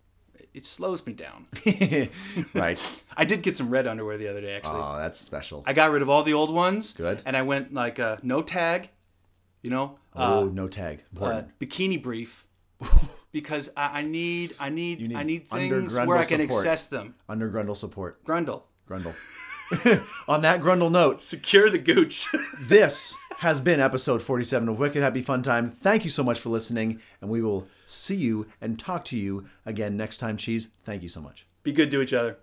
Speaker 2: It slows me down.
Speaker 1: right.
Speaker 2: I did get some red underwear the other day actually.
Speaker 1: Oh, that's special.
Speaker 2: I got rid of all the old ones.
Speaker 1: Good.
Speaker 2: And I went like uh, no tag, you know,
Speaker 1: oh, no tag.
Speaker 2: uh,
Speaker 1: Important.
Speaker 2: bikini brief, because I, I need I need,
Speaker 1: need
Speaker 2: I need
Speaker 1: under
Speaker 2: things where I
Speaker 1: Grundle
Speaker 2: can
Speaker 1: support.
Speaker 2: access them.
Speaker 1: Under Grundle support.
Speaker 2: Grundle,
Speaker 1: Grundle. On that Grundle note,
Speaker 2: secure the gooch.
Speaker 1: this has been episode 47 of Wicked Happy Fun Time. Thank you so much for listening, and we will see you and talk to you again next time, Cheese. Thank you so much.
Speaker 2: Be good to each other.